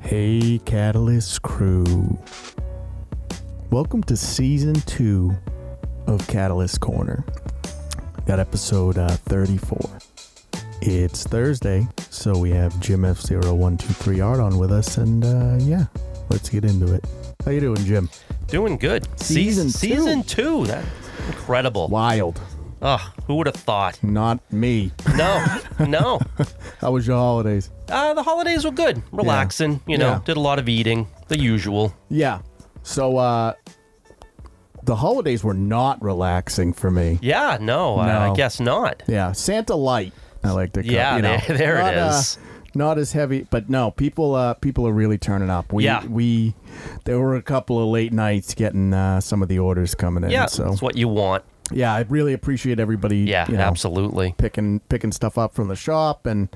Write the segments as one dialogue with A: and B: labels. A: Hey, Catalyst crew. Welcome to season two of Catalyst Corner. Got episode uh, 34. It's Thursday, so we have Jim F0123 Art on with us, and uh, yeah, let's get into it. How you doing, Jim?
B: Doing good.
A: Season
B: Seas-
A: two.
B: Season two. That's incredible.
A: Wild.
B: Ugh, who would have thought?
A: Not me.
B: No, no.
A: How was your holidays?
B: Uh, the holidays were good. Relaxing, you know,
A: Yeah.
B: did a lot of eating, the usual.
A: Yeah. So uh the holidays were not relaxing for me.
B: Yeah, no, I
A: No.
B: guess not.
A: Yeah, Santa light. I like to. Call,
B: Yeah,
A: you know.
B: there- there it
A: not, uh,
B: is.
A: not as heavy, but no, people uh, people are really turning up. We
B: Yeah.
A: we there were a couple of late nights getting uh, some of the orders coming in.
B: Yeah,
A: so
B: that's what you want.
A: yeah, I really appreciate everybody.
B: Yeah,
A: you know,
B: absolutely.
A: Picking picking stuff up from the shop, and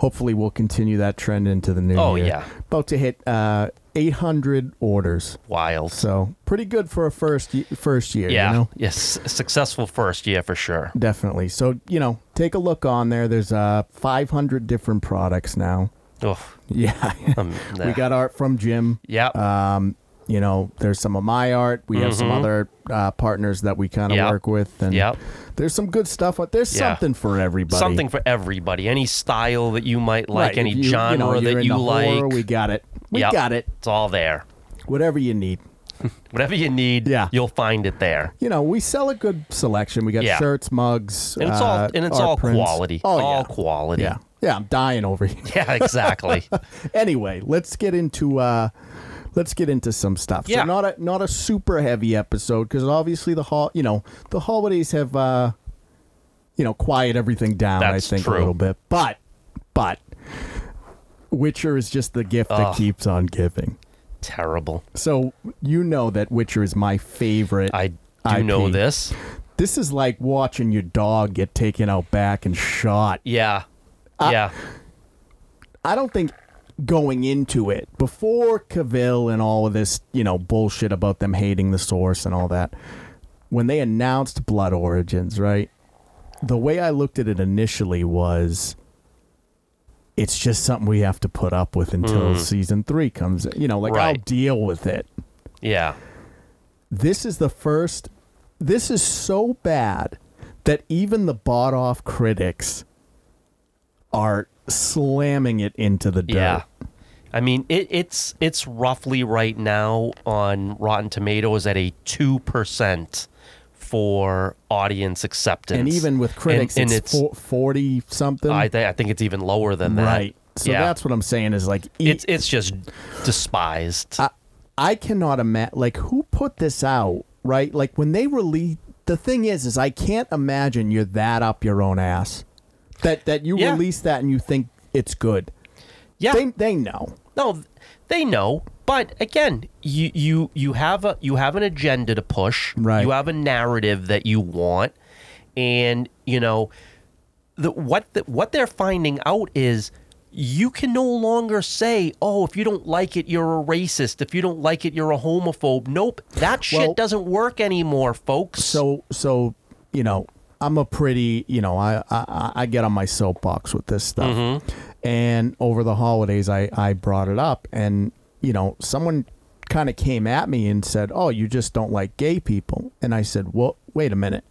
A: hopefully we'll continue that trend into the new
B: Oh,
A: year.
B: yeah.
A: about to hit uh, 800 orders,
B: Wild.
A: so pretty good for a first y- first year.
B: yeah,
A: you know?
B: yes, successful first year for sure.
A: Definitely. So, you know, take a look on there. There's uh 500 different products now.
B: Ugh,
A: Yeah.
B: um,
A: we got art from Jim.
B: yeah,
A: Um, you know, there's some of my art. We have some
B: Mhm.
A: other uh, partners that we kind of
B: Yep.
A: work with and
B: Yep.
A: there's some good stuff. out- There's
B: Yeah.
A: something for everybody.
B: something for everybody. Any style that you might like,
A: Right,
B: any
A: if you- you know,
B: genre
A: you're
B: that
A: into
B: you like.
A: horror, we got it. We
B: Yep.
A: got it.
B: It's all there.
A: Whatever you need.
B: Whatever you need,
A: Yeah.
B: you'll find it there.
A: You know, we sell a good selection. We got
B: Yeah.
A: shirts, mugs,
B: And it's all
A: uh,
B: and it's
A: art
B: all
A: prints.
B: quality.
A: Oh
B: all
A: yeah.
B: quality.
A: yeah. Yeah, I'm dying over here.
B: Yeah, exactly.
A: anyway, let's get into uh let's get into some stuff.
B: Yeah.
A: So not a not a super heavy episode because obviously the hall you know the holidays have uh you know quiet everything down.
B: That's
A: I think
B: true.
A: a little bit, but but Witcher is just the gift that
B: Ugh.
A: keeps on giving.
B: Terrible.
A: So you know that Witcher is my favorite.
B: I do
A: IP.
B: know this.
A: This is like watching your dog get taken out back and shot.
B: Yeah.
A: Uh,
B: yeah.
A: I don't think going into it before Cavill and all of this, you know, bullshit about them hating the source and all that. When they announced Blood Origins, right? The way I looked at it initially was it's just something we have to put up with until season 3 comes, you know, like I'll
B: Hmm. Right.
A: deal with it.
B: Yeah.
A: This is the first this is so bad that even the bought off critics are slamming it into the dirt.
B: Yeah. I mean, it, it's it's roughly right now on Rotten Tomatoes at a two percent for audience acceptance,
A: and even with critics,
B: and
A: it's,
B: it's-
A: fo- forty something,
B: I, th- I think it's even lower than that.
A: right? So
B: yeah.
A: that's what I'm saying is like e-
B: it's it's just despised.
A: I, I cannot imagine like who put this out, right? Like when they release the thing is, is I can't imagine you're that up your own ass that that you
B: Yeah.
A: release that and you think it's good.
B: yeah.
A: They they know,
B: No, th- they know. But again, you you you have a you have an agenda to push.
A: Right.
B: You have a narrative that you want, and you know, the what the, what they're finding out is you can no longer say, "Oh, if you don't like it, you're a racist. If you don't like it, you're a homophobe." Nope, that shit
A: Well-
B: doesn't work anymore, folks.
A: so so you know I'm a pretty you know I I, I get on my soapbox with this stuff,
B: Mm-hmm.
A: and over the holidays I I brought it up, and you know someone kind of came at me and said, "Oh, you just don't like gay people," and I said, "Well, wait a minute,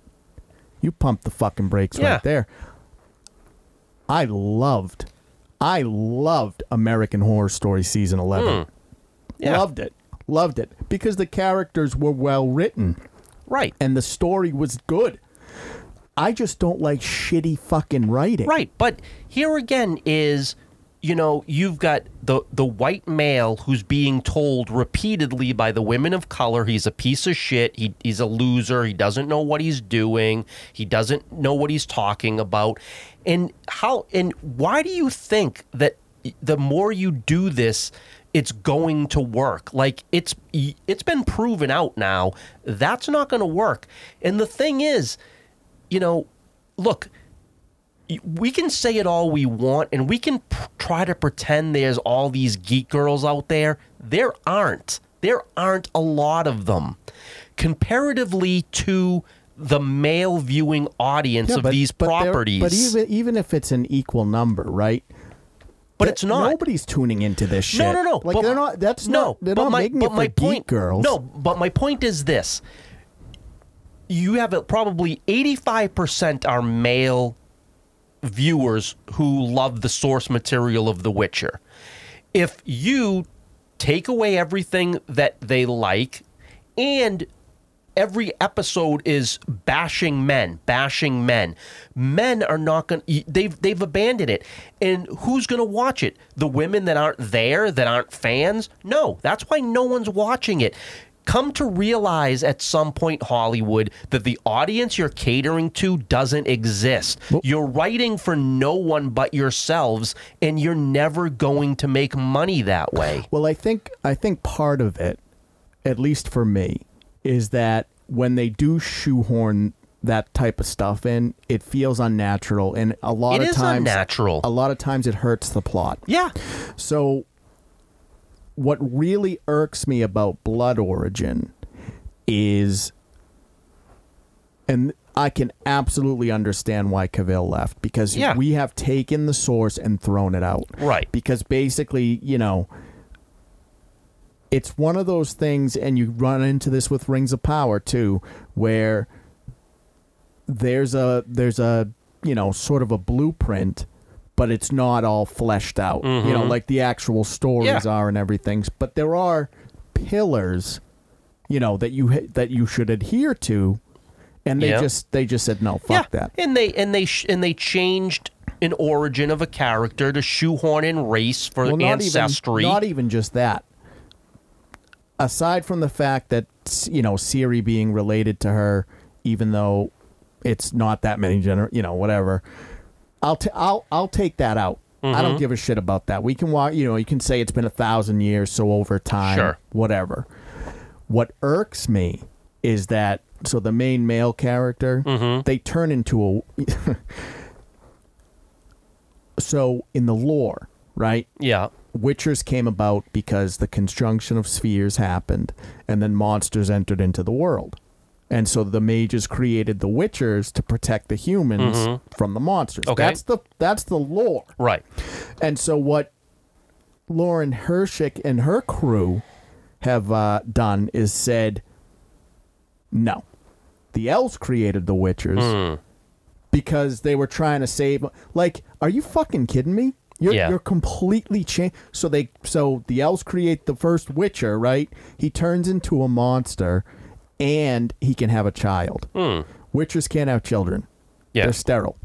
A: you pumped the fucking brakes
B: Yeah.
A: right there." I loved, I loved American Horror Story season eleven.
B: Mm. Yeah.
A: Loved it, loved it because the characters were well written
B: right,
A: and the story was good. I just don't like shitty fucking writing.
B: Right, but here again is you know, you've got the the white male who's being told repeatedly by the women of color he's a piece of shit, he, he's a loser, he doesn't know what he's doing, he doesn't know what he's talking about. And how and why do you think that the more you do this it's going to work like it's it's been proven out now that's not going to work and the thing is you know look we can say it all we want and we can p- try to pretend there's all these geek girls out there. There aren't. There aren't a lot of them. Comparatively to the male viewing audience
A: Yeah,
B: of these
A: there-
B: properties.
A: But even even if it's an equal number, right?
B: but
A: that-
B: it's not.
A: Nobody's tuning into this shit.
B: No, no, no.
A: Like
B: but-
A: they're not. That's not. They're
B: but
A: not
B: my,
A: making
B: but
A: it for
B: my
A: geek
B: point,
A: girls.
B: No, but my point is this: you have a, probably eighty-five percent are male viewers who love the source material of The Witcher. If you take away everything that they like, and every episode is bashing men, bashing men. Men are not going to they've they've abandoned it. And who's going to watch it? The women that aren't there, that aren't fans? No, that's why no one's watching it. Come to realize at some point, Hollywood, that the audience you're catering to doesn't exist. You're writing for no one but yourselves, and you're never going to make money that way.
A: Well, I think I think part of it, at least for me, is that when they do shoehorn that type of stuff in, it feels unnatural, and a lot
B: It
A: of
B: is
A: times
B: unnatural.
A: A lot of times it hurts the plot.
B: Yeah.
A: So, what really irks me about Blood Origin is, and I can absolutely understand why Cavill left because
B: Yeah.
A: we have taken the source and thrown it out.
B: Right.
A: Because basically, you know, it's one of those things, and you run into this with Rings of Power too, where there's a there's a you know sort of a blueprint but it's not all fleshed out you know like the actual stories
B: Mm-hmm. Yeah.
A: are and everything but there are pillars you know that you ha- that you should adhere to and they
B: Yeah.
A: just they just said no fuck that
B: And they and they sh- and they changed an origin of a character to shoehorn in race for
A: well, not
B: ancestry.
A: even not e- even just that aside from the fact that you know Siri being related to her even though it's not that many gener you know whatever I'll t- I'll I'll take that out. I
B: Mm-hmm.
A: don't give a shit about that. We can walk, you know, you can say it's been a thousand years, so over time,
B: Sure.
A: whatever. What irks me is that so the main male character
B: Mm-hmm.
A: they turn into a. so in the lore, right?
B: yeah.
A: Witchers came about because the conjunction of spheres happened, and then monsters entered into the world. And so the mages created the Witchers to protect the humans from the monsters.
B: Okay.
A: That's the that's the lore.
B: Right.
A: And so what Lauren Hershick and her crew have uh, done is said, no, the elves created the Witchers because they were trying to save. Like, are you fucking kidding me? You're,
B: Yeah.
A: you're completely changed. So they, so the elves create the first Witcher, right? He turns into a monster, and he can have a child. Witchers can't have children.
B: Yeah.
A: They're sterile.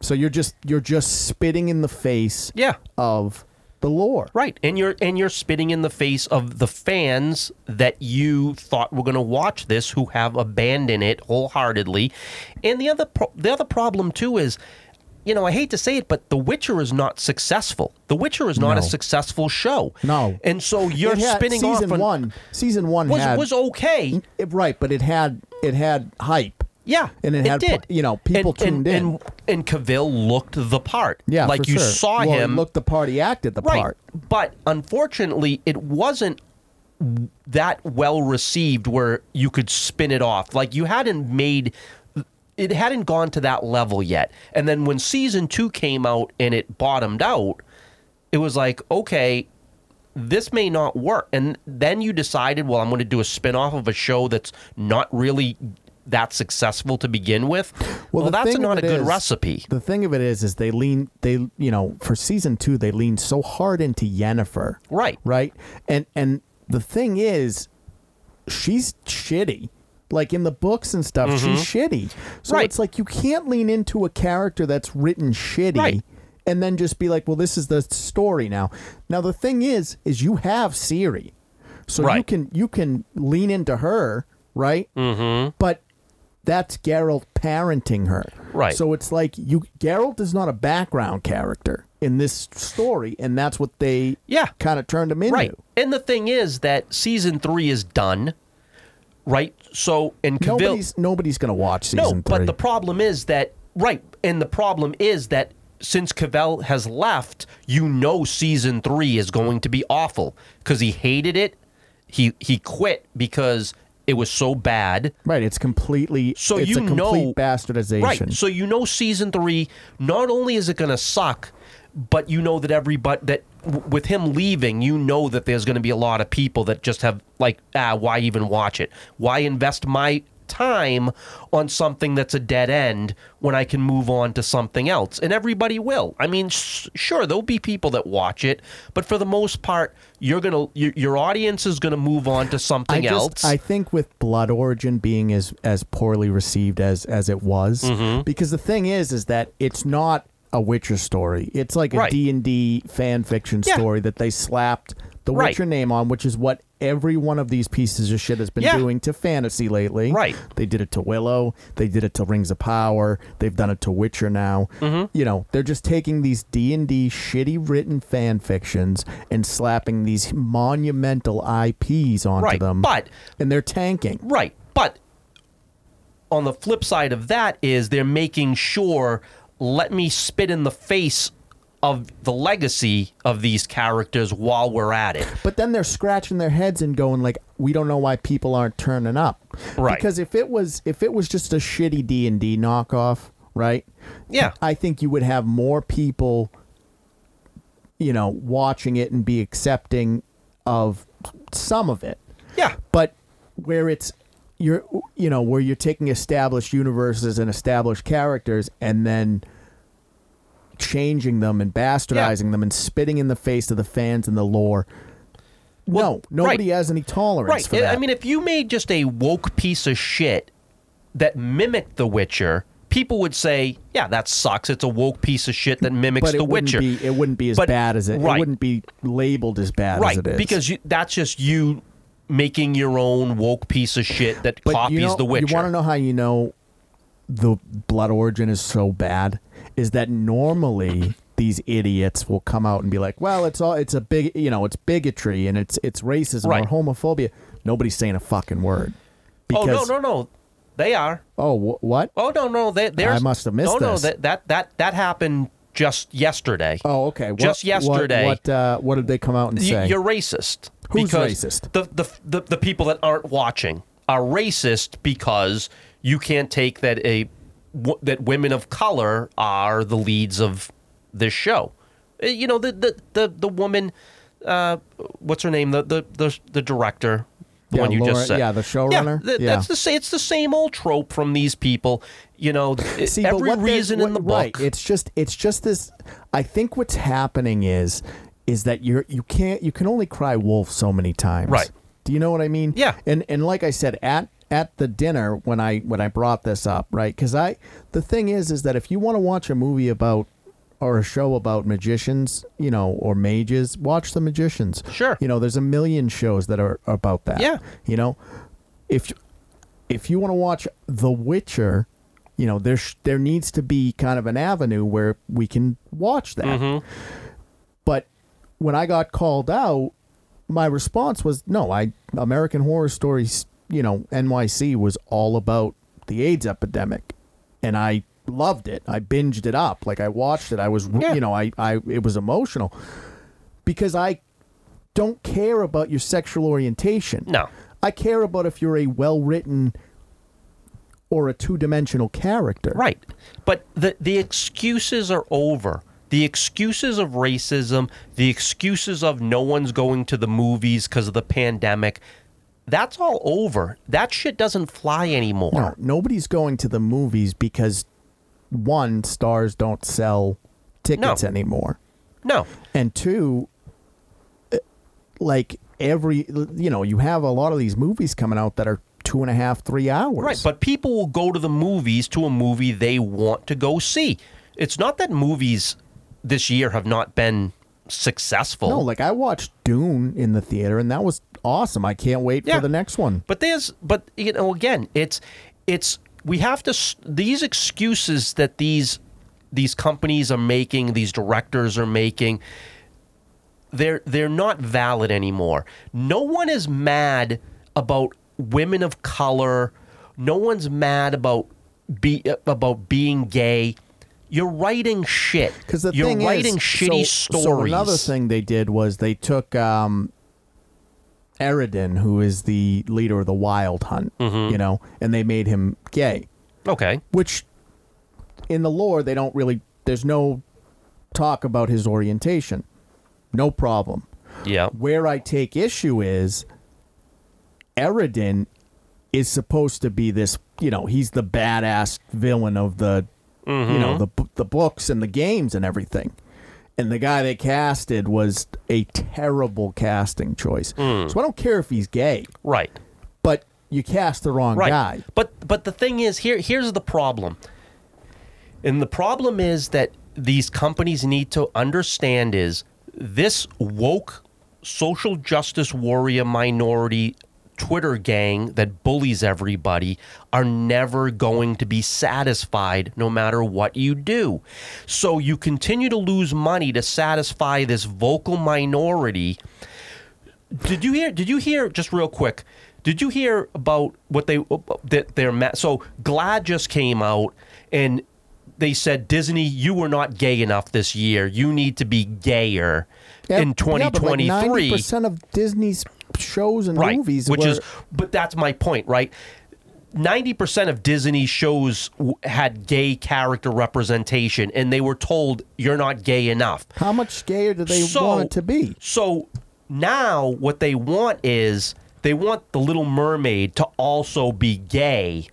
A: So you're just you're just spitting in the face
B: Yeah.
A: of the lore.
B: Right. And you're and you're spitting in the face of the fans that you thought were going to watch this who have abandoned it wholeheartedly. And the other pro- the other problem too is you know, I hate to say it, but The Witcher is not successful. The Witcher is not
A: No.
B: a successful show.
A: No.
B: And so you're
A: It had-
B: spinning
A: season
B: off on,
A: one. Season one
B: was
A: had Mm.
B: was okay.
A: it- right, but it had it had hype.
B: Yeah,
A: And it had pu-
B: did.
A: you know, people tuned
B: and,
A: in.
B: and, and Cavill looked the part.
A: Yeah,
B: like
A: for
B: you
A: sure.
B: saw
A: Well,
B: him
A: Look, the party acted the
B: right,
A: part.
B: but unfortunately, it wasn't that well received where you could spin it off. Like you hadn't made it hadn't gone to that level yet. And then when season two came out and it bottomed out, it was like okay. This may not work. And then you decided, well, I'm going to do a spin off of a show that's not really that successful to begin with. Well,
A: the
B: that's
A: thing
B: not a
A: of it
B: good
A: is-
B: recipe.
A: The thing of it is, is they lean they you know for season two they lean so hard into Yennefer.
B: Right.
A: Right. And and the thing is, she's shitty. Like in the books and stuff, she's shitty. So
B: Mm-hmm. Right.
A: it's like you can't lean into a character that's written shitty.
B: Right.
A: And then just be like, well, this is the story now. Now the thing is, is you have Siri, so you
B: Right.
A: can you can lean into her, right? Mm-hmm. But that's Geralt parenting her.
B: Right.
A: So it's like you Geralt is not a background character in this story, and that's what they
B: Yeah.
A: kind of turned him into.
B: Right. And the thing is that season three is done, right? So, and Cavill.
A: Nobody's nobody's gonna watch
B: no,
A: season three.
B: but the problem is that, right. And the problem is that since Cavell has left, you know season three is going to be awful because he hated it. He, he quit because it was so bad.
A: right, it's completely
B: So
A: it's
B: you
A: a complete
B: know-
A: bastardization.
B: Right. So you know season three, not only is it going to suck, but you know that every but that w- with him leaving, you know that there's going to be a lot of people that just have like ah, why even watch it? Why invest my time on something that's a dead end when I can move on to something else? And everybody will. I mean, s sure, there'll be people that watch it, but for the most part, you're gonna your, your audience is gonna move on to something
A: I
B: else.
A: just, I think with Blood Origin being as as poorly received as as it was,
B: Mm-hmm.
A: because the thing is, is that it's not a Witcher story. It's like a
B: Right.
A: D and D fan fiction
B: Yeah.
A: story that they slapped the
B: Right.
A: Witcher name on, which is what every one of these pieces of shit has been
B: Yeah.
A: doing to fantasy lately.
B: Right.
A: They did it to Willow. They did it to Rings of Power. They've done it to Witcher now.
B: Mm-hmm.
A: You know, they're just taking these D and D shitty written fan fictions and slapping these monumental IPs onto
B: Right,
A: them.
B: but-
A: and they're tanking.
B: Right. But on the flip side of that is they're making sure let me spit in the face of the legacy of these characters while we're at it.
A: But then they're scratching their heads and going like, "We don't know why people aren't turning up."
B: Right.
A: Because if it was if it was just a shitty D and D knockoff, right?
B: Yeah.
A: I think you would have more people, you know, watching it and be accepting of some of it.
B: Yeah.
A: But where it's you're you know where you're taking established universes and established characters and then changing them and bastardizing them and spitting in the face of the fans and the lore.
B: Well,
A: no, nobody
B: right.
A: has any tolerance
B: Right.
A: for
B: I-
A: that.
B: I mean if you made just a woke piece of shit that mimicked The Witcher, people would say, "Yeah, that sucks. It's a woke piece of shit that mimics
A: but it
B: The
A: wouldn't
B: Witcher."
A: be it wouldn't be as
B: But-
A: bad as it. It
B: right.
A: wouldn't be labeled as bad
B: right
A: as it is
B: because you, that's just you making your own woke piece of shit that copies
A: you know,
B: The Witcher.
A: You want to know how you know the blood origin is so bad is that normally these idiots will come out and be like, "Well, it's all it's a big, you know, it's bigotry and it's it's racism
B: Right.
A: or homophobia." Nobody's saying a fucking word.
B: oh
A: Because,
B: no, no, no. They are.
A: Oh, wh- what?
B: Oh no, no, they, there's.
A: must have missed
B: No, no,
A: this.
B: that that that that happened just yesterday.
A: Oh, okay. What,
B: Just yesterday.
A: What what, uh, what did they come out and
B: Y-
A: say?
B: You're racist.
A: Who's
B: because
A: racist?
B: The, the the the people that aren't watching are racist because you can't take that a w- that women of color are the leads of this show. Uh, You know the the the, the woman. Uh, what's her name? The the the, the director. The
A: Yeah,
B: one you
A: Laura-
B: just said.
A: yeah, the showrunner?
B: Yeah, th-
A: Yeah.
B: that's the sa- it's the same old trope from these people. You know, th-
A: See, but
B: every
A: what they-
B: reason in the
A: what-
B: book.
A: Right. It's just it's just this. I think what's happening is is that you're you can't you can only cry wolf so many times.
B: Right.
A: Do you know what I mean?
B: Yeah.
A: And and like I said at at the dinner when I when I brought this up right because I the thing is is that if you want to watch a movie about or a show about magicians you know or mages watch the magicians
B: Sure.
A: you know there's a million shows that are about that
B: Yeah.
A: you know if if you want to watch The Witcher, you know there sh- there needs to be kind of an avenue where we can watch that. But when I got called out, my response was no. I American Horror Stories, you know, NYC was all about the AIDS epidemic, and I loved it. I binged it up, like I watched it. I was,
B: Yeah.
A: you know, I I it was emotional because I don't care about your sexual orientation.
B: No.
A: I care about if you're a well written or a two dimensional character.
B: Right. But the the excuses are over. The excuses of racism, the excuses of no one's going to the movies because of the pandemic, that's all over. That shit doesn't fly anymore.
A: No, nobody's going to the movies because one, stars don't sell tickets
B: No.
A: anymore.
B: No.
A: And two, eh, like every, you know, you have a lot of these movies coming out that are two and a half, three hours.
B: Right. But people will go to the movies to a movie they want to go see. It's not that movies this year have not been successful.
A: no, like I watched Dune in the theater and that was awesome. I can't wait
B: Yeah.
A: for the next one.
B: But there's, but you know, again, it's, it's we have to s- these excuses that these these companies are making, these directors are making. They're they're not valid anymore. No one is mad about women of color. No one's mad about be uh, about being gay. You're writing shit.
A: Because the
B: You're
A: thing
B: writing
A: is,
B: shitty
A: so,
B: stories.
A: So another thing they did was they took um, Eridan, who is the leader of the Wild Hunt,
B: Mm-hmm.
A: you know, and they made him gay,
B: Okay.
A: which in the lore they don't really. There's no talk about his orientation. No problem.
B: Yeah.
A: Where I take issue is Eridan is supposed to be this, you know, he's the badass villain of the, you
B: Mm-hmm.
A: know, the b- the books and the games and everything. And the guy they casted was a terrible casting choice.
B: Mm.
A: So I don't care if he's gay,
B: Right.
A: but you cast the wrong
B: right.
A: guy.
B: But but the thing is here here's the problem. And the problem is that these companies need to understand is this woke social justice warrior minority Twitter gang that bullies everybody are never going to be satisfied no matter what you do. So you continue to lose money to satisfy this vocal minority did you hear? Did you hear? Just real quick, did you hear about what they uh, that their ma- so Glad just came out and they said Disney, you were not gay enough this year. You need to be gayer in twenty twenty
A: Ninety
B: three.
A: percent of Disney's shows and
B: Right,
A: movies,
B: which
A: were,
B: is but that's my point, right? Ninety percent of Disney shows w- had gay character representation, and they were told you're not gay enough.
A: how much gayer do they
B: So-
A: want it to be?
B: So now what they want is they want the Little Mermaid to also be gay.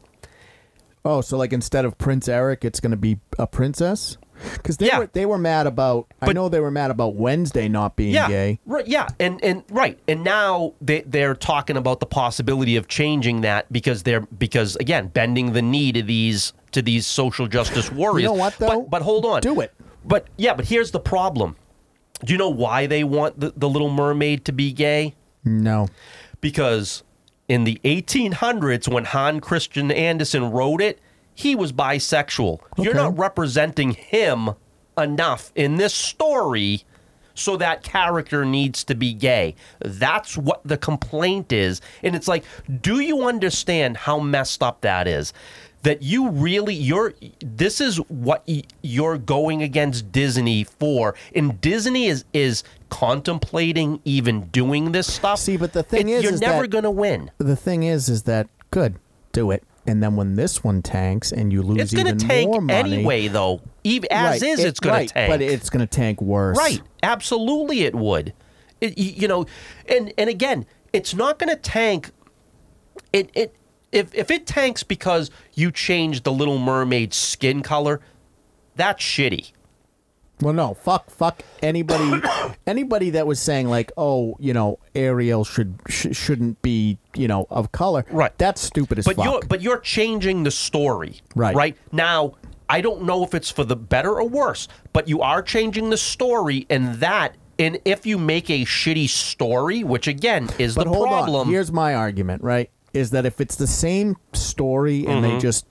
A: Oh, so like instead of Prince Eric, it's going to be a princess? Because they
B: Yeah.
A: were they were mad about. I
B: But-
A: know they were mad about Wednesday not being
B: Yeah,
A: gay.
B: right. Yeah, and and right, and now they they're talking about the possibility of changing that because they're because again bending the knee to these to these social justice warriors.
A: what, though?
B: But, but hold on,
A: Do it.
B: But yeah, but here's the problem. Do you know why they want the, the Little Mermaid to be gay?
A: No,
B: because in the 1800s when Han Christian Andersen wrote it, he was bisexual. You're
A: Okay.
B: not representing him enough in this story so that character needs to be gay. That's what the complaint is. And it's like, do you understand how messed up that is? That you really you're this is what y- you're going against Disney for. And Disney is is contemplating even doing this stuff.
A: See, but the thing is,
B: you're
A: is
B: never
A: that-
B: going to win.
A: the thing is, is that good? Do it, and then when this one tanks and you lose
B: It's
A: even
B: going to tank
A: more money,
B: anyway, though. Even as
A: right,
B: is,
A: it-
B: it's going
A: right,
B: to tank.
A: but it's going to tank worse.
B: Right. Absolutely, it would. It, y- you know, and and again, it's not going to tank. It it if if it tanks because you change the Little Mermaid's skin color, that's shitty.
A: Well, no, fuck, fuck anybody, anybody that was saying like, oh, you know, Ariel should sh- shouldn't be, you know, of color.
B: Right.
A: That's stupid as
B: But
A: fuck.
B: you're but you're changing the story,
A: Right.
B: Right now, I don't know if it's for the better or worse, but you are changing the story, and that, and if you make a shitty story, which again is
A: But
B: the
A: hold on.
B: problem,
A: Here's my argument, right? Is that if it's the same story and
B: Mm-hmm.
A: they just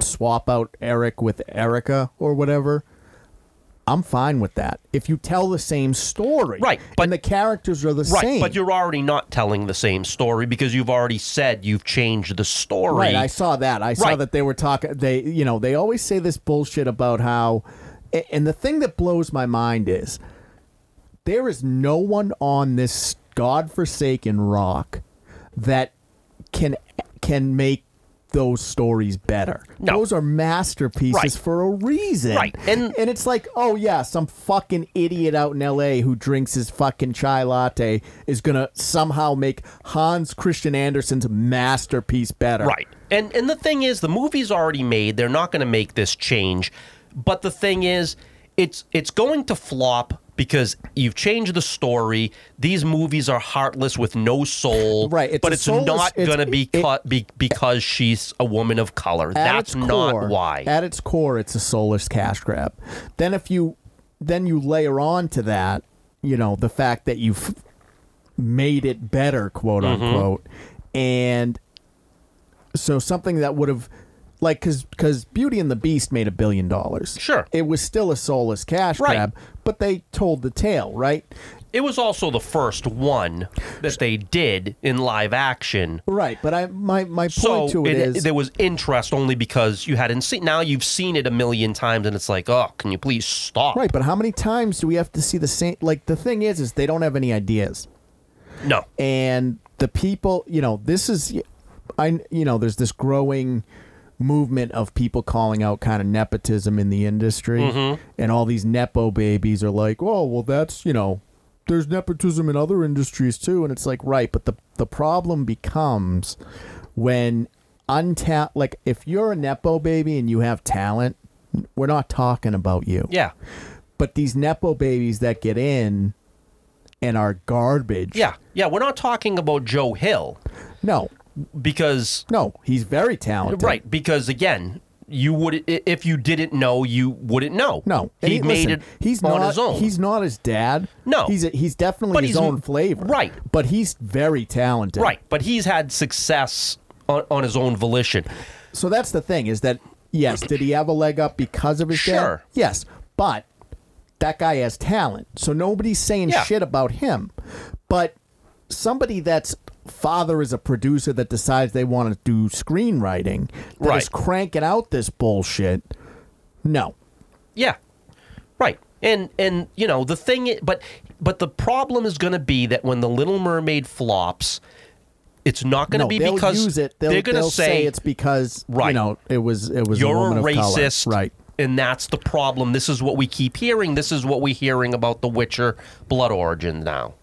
A: swap out Eric with Erica or whatever, I'm fine with that. If you tell the same story,
B: Right, but-
A: and the characters are the
B: right?
A: same,
B: But you're already not telling the same story because you've already said you've changed the story,
A: Right, I saw that. I saw
B: Right.
A: that they were talking. They, you know, they always say this bullshit about how. a- And the thing that blows my mind is there is no one on this godforsaken rock that can can make those stories better.
B: No.
A: Those are masterpieces
B: Right.
A: for a reason.
B: Right, and-
A: and it's like, oh yeah, some fucking idiot out in L.A. who drinks his fucking chai latte is gonna somehow make Hans Christian Andersen's masterpiece better.
B: Right. And and the thing is the movie's already made. They're not going to make this change. But the thing is it's it's going to flop because you've changed the story. These movies are heartless with no soul.
A: Right, it's
B: but
A: a
B: it's
A: soulless-
B: not
A: it's-
B: going to be
A: it-
B: cut be, because she's a woman of color.
A: At
B: That's
A: its core-
B: not why.
A: At its core, it's a soulless cash grab. Then if you then you layer on to that, you know, the fact that you've made it better, quote
B: Mm-hmm.
A: unquote, and so something that would have like because because Beauty and the Beast made a billion dollars.
B: Sure.
A: it was still a soulless cash
B: Right.
A: grab, but they told the tale, right?
B: it was also the first one that they did in live action.
A: Right, but I my my point
B: so
A: to it is
B: there was interest only because you hadn't seen. Now you've seen it a million times, and it's like, oh, can you please stop?
A: right, but how many times do we have to see the same? Like the thing is, is they don't have any ideas.
B: No.
A: and the people you know this is i you know there's this growing movement of people calling out kind of nepotism in the industry,
B: Mm-hmm.
A: and all these nepo babies are like, oh well, that's you know, there's nepotism in other industries too, and it's like right, but the the problem becomes when unta- like if you're a nepo baby and you have talent, we're not talking about you.
B: Yeah.
A: But these nepo babies that get in and are garbage.
B: Yeah. Yeah. We're not talking about Joe Hill
A: No.
B: because
A: No, he's very talented.
B: Right, because again, you would i- if you didn't know, you wouldn't know.
A: No, and
B: he, made
A: listen,
B: it
A: He's
B: on
A: not
B: his own.
A: He's not his dad.
B: No.
A: he's a, he's definitely
B: But
A: his
B: he's-
A: own flavor.
B: right.
A: but he's very talented.
B: right, but he's had success on, on his own volition.
A: So that's the thing is that yes, did he have a leg up because of his dad?
B: Sure.
A: Yes, but that guy has talent, so nobody's saying
B: Yeah.
A: shit about him. But somebody that's father is a producer that decides they want to do screenwriting that is
B: Right.
A: cranking out this bullshit. No,
B: Yeah. Right. And and you know, the thing i- but but the problem is going to be that when the Little Mermaid flops, it's not going to
A: no,
B: be
A: they'll
B: because
A: use it. They'll,
B: they're going to
A: they'll it's because you
B: Right.
A: know it was it was a,
B: you're
A: woman
B: a,
A: of color."
B: racist
A: right?
B: and that's the problem this is what we keep hearing this is what we're hearing about the witcher blood origin now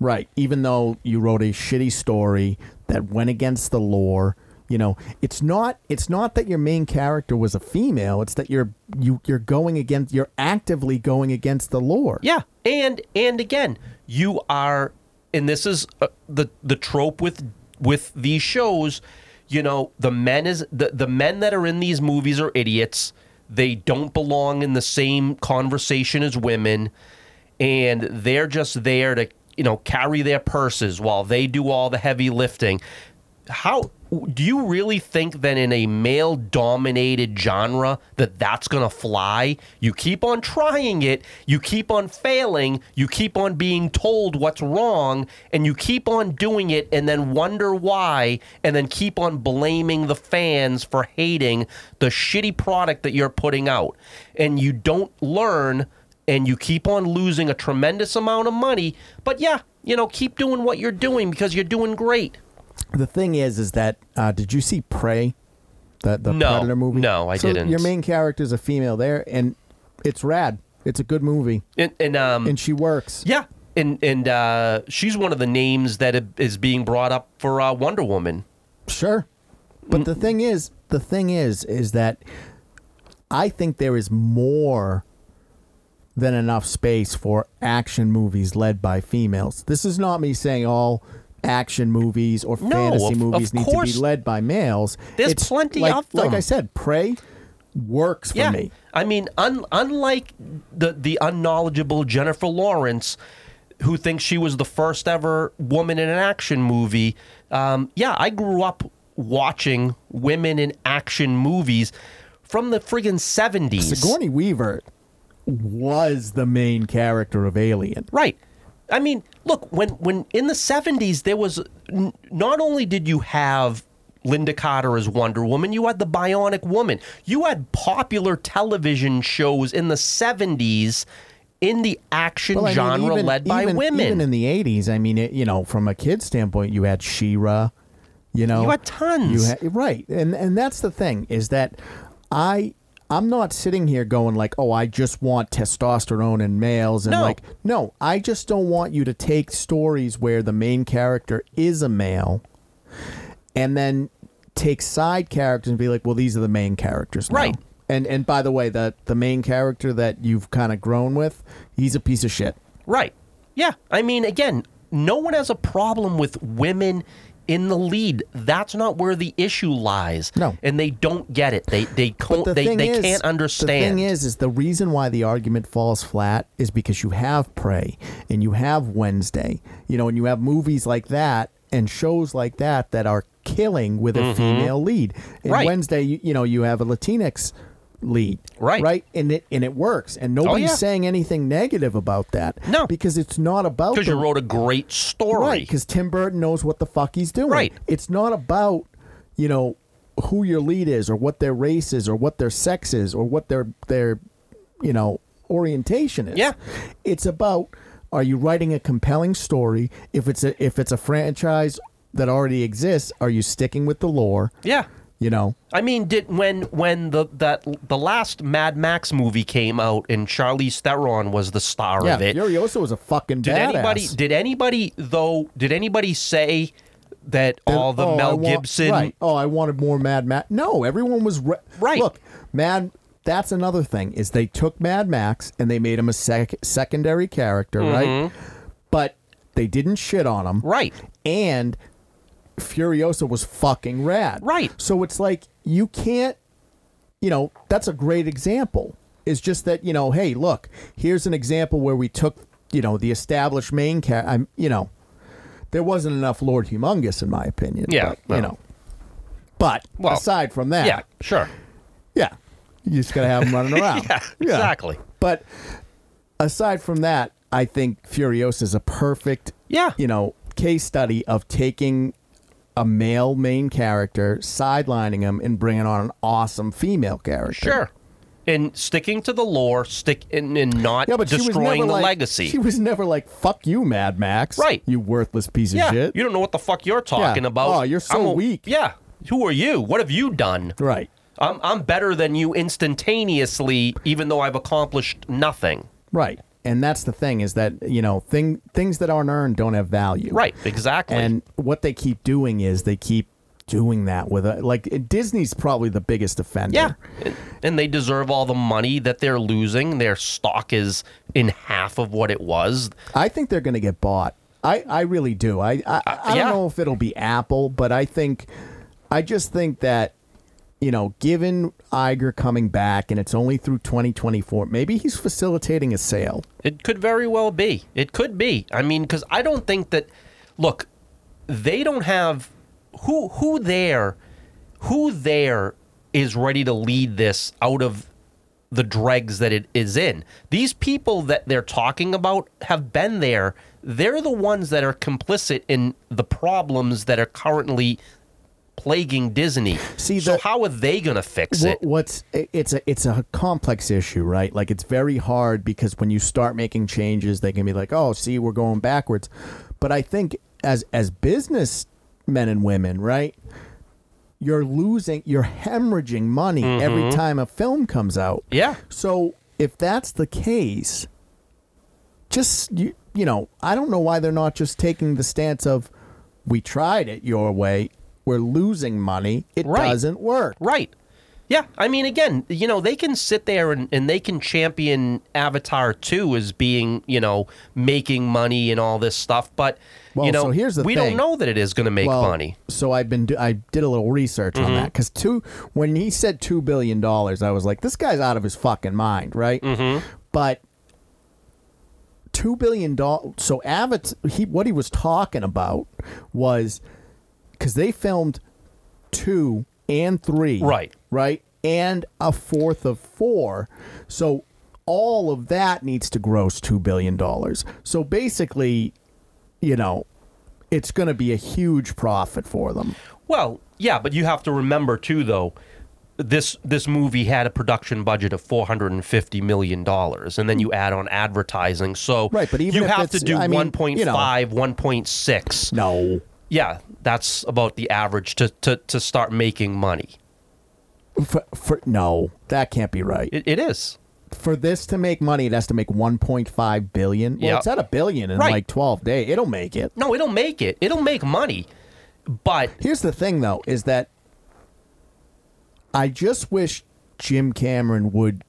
A: Right. Even though you wrote a shitty story that went against the lore, you know, it's not it's not that your main character was a female, it's that you're you you're going against you're actively going against the lore.
B: yeah and and again you are and this is uh, the the trope with with these shows you know the men is the, the men that are in these movies are idiots they don't belong in the same conversation as women and they're just there to you know carry their purses while they do all the heavy lifting how do you really think that in a male dominated genre that that's going to fly you keep on trying it you keep on failing you keep on being told what's wrong and you keep on doing it and then wonder why and then keep on blaming the fans for hating the shitty product that you're putting out and you don't learn and you keep on losing a tremendous amount of money but yeah you know keep doing what you're doing because you're doing great
A: The thing is is that uh, did you see Prey? That the
B: No.
A: Predator movie?
B: No, I
A: So
B: didn't.
A: Your main character's a female there and it's rad. It's a good movie.
B: And, and um
A: And she works.
B: yeah, and and uh, she's one of the names that i- is being brought up for uh, Wonder Woman.
A: Sure. But
B: Mm.
A: the thing is, the thing is, is that I think there is more than enough space for action movies led by females. This is not me saying all action movies or fantasy
B: of- of
A: movies need to be
B: course.
A: led by males.
B: There's
A: It's
B: plenty
A: like,
B: of
A: Like I
B: them.
A: said, Prey works for
B: yeah,
A: me.
B: I mean, un- unlike the the unknowledgeable Jennifer Lawrence, who thinks she was the first ever woman in an action movie. Um, yeah, I grew up watching women in action movies from the friggin' seventies.
A: Sigourney Weaver was the main character of Alien.
B: Right. I mean, look, when when in the 70s there was n- not only did you have Linda Carter as Wonder Woman, you had the Bionic Woman. You had popular television shows in the 70s in the action
A: Well, I mean,
B: genre
A: even-
B: led by
A: even-
B: women.
A: Even in the '80s, I mean, it, you know, from a kid's standpoint, you had She-Ra. You know,
B: You had tons.
A: You had, right, and and that's the thing is that I I'm not sitting here going like, oh, I just want testosterone in males and
B: No.
A: like, no, I just don't want you to take stories where the main character is a male, and then take side characters and be like, well, these are the main characters, now.
B: Right.
A: And and by the way, that the main character that you've kind of grown with, he's a piece of shit.
B: Right. Yeah. I mean, again, no one has a problem with women in the lead. That's not where the issue lies.
A: No.
B: And they don't get it. They they
A: But
B: can't,
A: the
B: they,
A: thing
B: they
A: is-
B: can't
A: The
B: understand.
A: thing is, is the reason why the argument falls flat is because you have Prey and you have Wednesday, you know, and you have movies like that and shows like that that are killing with a female lead. And
B: Mm-hmm. Right.
A: Wednesday, you, you know, you have a Latinx lead,
B: Right. Oh,
A: Right, and it and it works, and nobody's
B: yeah.
A: saying anything negative about that.
B: No.
A: because it's not about
B: because
A: the
B: you wrote a great story.
A: Right, because Tim Burton knows what the fuck he's doing.
B: Right.
A: It's not about, you know, who your lead is or what their race is or what their sex is or what their their, you know, orientation is.
B: Yeah.
A: It's about are you writing a compelling story? If it's a if it's a franchise that already exists, are you sticking with the lore?
B: Yeah.
A: You know,
B: I mean, did when when the that the last Mad Max movie came out and Charlize Theron was the star
A: yeah,
B: of it.
A: Furiosa was a fucking
B: Did
A: badass.
B: anybody did anybody though did anybody say that all the
A: oh, I
B: Mel
A: want-
B: Gibson
A: right. Oh, I wanted more Mad Max. No, everyone was re-
B: Right.
A: Look, Mad. That's another thing is they took Mad Max and they made him a sec- secondary character, right? But they didn't shit on him,
B: Mm-hmm. right
A: and Furiosa was fucking rad.
B: Right.
A: So it's like you can't you know, that's a great example. It's just that, you know, hey, look, here's an example where we took, you know, the established main cat I'm you know, there wasn't enough Lord Humongous in my opinion.
B: Yeah,
A: but,
B: well.
A: you know. But
B: Well,
A: aside from that,
B: yeah sure
A: yeah. You just gotta have them running around.
B: yeah, exactly
A: But aside from that, I think Furiosa is a perfect,
B: Yeah.
A: you know, case study of taking a male main character, sidelining him, and bringing on an awesome female character.
B: sure and sticking to the lore stick and, and not
A: Yeah, but she was
B: destroying
A: never
B: the
A: like,
B: legacy
A: She was never like, "Fuck you, Mad Max."
B: Right.
A: You worthless piece of
B: yeah
A: shit.
B: you don't know what the fuck you're talking about
A: Oh, you're so
B: I'm a-
A: weak.
B: yeah who are you what have you done
A: right.
B: I'm I'm better than you instantaneously even though I've accomplished nothing
A: Right. And that's the thing is that you know thing things that aren't earned don't have value.
B: right exactly
A: And what they keep doing is they keep doing that with a, like Disney's probably the biggest offender.
B: Yeah. And- And they deserve all the money that they're losing. Their stock is in half of what it was.
A: I think they're going to get bought. I, I really do. I I, I
B: yeah.
A: don't know if it'll be Apple, but I think I just think that you know, given Iger coming back and it's only through 2024, maybe he's facilitating a sale.
B: It could very well be. It could be. I mean, because I don't think that. Look, they don't have who who there, who there is ready to lead this out of the dregs that it is in. These people that they're talking about have been there. They're the ones that are complicit in the problems that are currently plaguing Disney.
A: See,
B: so
A: the-
B: how are they going to fix
A: Wha-
B: it?
A: what's it's a it's a complex issue, right? Like it's very hard because when you start making changes, they can be like, "Oh, see, we're going backwards." But I think as as business men and women, right? You're losing, you're hemorrhaging money every time a film comes out.
B: Mm-hmm. Yeah.
A: So if that's the case, just you you know, I don't know why they're not just taking the stance of we tried it your way, we're losing money, it
B: Right.
A: doesn't work.
B: Right. Yeah. I mean, again, you know, they can sit there and, and they can champion Avatar 2 as being, you know, making money and all this stuff. But,
A: Well,
B: you know,
A: so here's the
B: we
A: thing.
B: don't know that it is going to make
A: well,
B: money. Mm-hmm.
A: So I've been do- I did a little research on that because two when he said two billion dollars, I was like, this guy's out of his fucking mind, right? Mm-hmm. But two billion dollars. So Avatar, he what he was talking about was because they filmed two and three,
B: Right.
A: Right, and a fourth of four. So all of that needs to gross two billion dollars. So basically, you know, it's going to be a huge profit for them.
B: Well, yeah, but you have to remember, too, though. This this movie had a production budget of four hundred and fifty million dollars, and then you add on advertising. So
A: Right, but even
B: you
A: if
B: have to
A: it's-
B: do
A: I mean,
B: 1.5,
A: you know.
B: 1.6.
A: No.
B: Yeah, that's about the average to, to, to start making money.
A: For, for, no, that can't be right.
B: It, it is.
A: for this to make money, it has to make 1.5 billion. Well,
B: Yeah.
A: it's at a billion in
B: Right.
A: like 12 days. It'll make it.
B: No, it'll make it. It'll make money. But
A: Here's the thing, though, is that I just wish Jim Cameron would.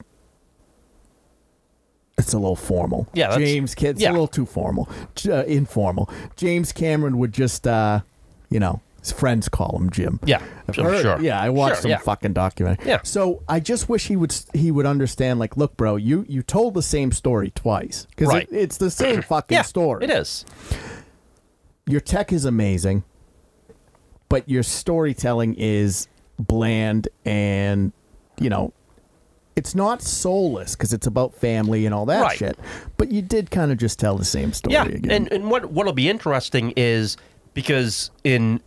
A: It's a little formal.
B: Yeah, that's-
A: James. Ca- It's
B: yeah.
A: a little too formal. J- Uh, informal. James Cameron would just, uh, you know, his friends call him Jim.
B: Yeah,
A: I've
B: I'm
A: heard-
B: sure.
A: Yeah, I watched
B: Sure,
A: some
B: yeah.
A: fucking documentary.
B: Yeah.
A: So I just wish he would s- he would understand. Like, look, bro, you you told the same story twice because
B: Right.
A: it's the same fucking
B: yeah,
A: story
B: it is.
A: your tech is amazing, but your storytelling is bland and, you know, it's not soulless because it's about family and all that
B: Right.
A: shit. But you did kind of just tell the same story
B: Yeah,
A: again.
B: and and what what'll be interesting is because in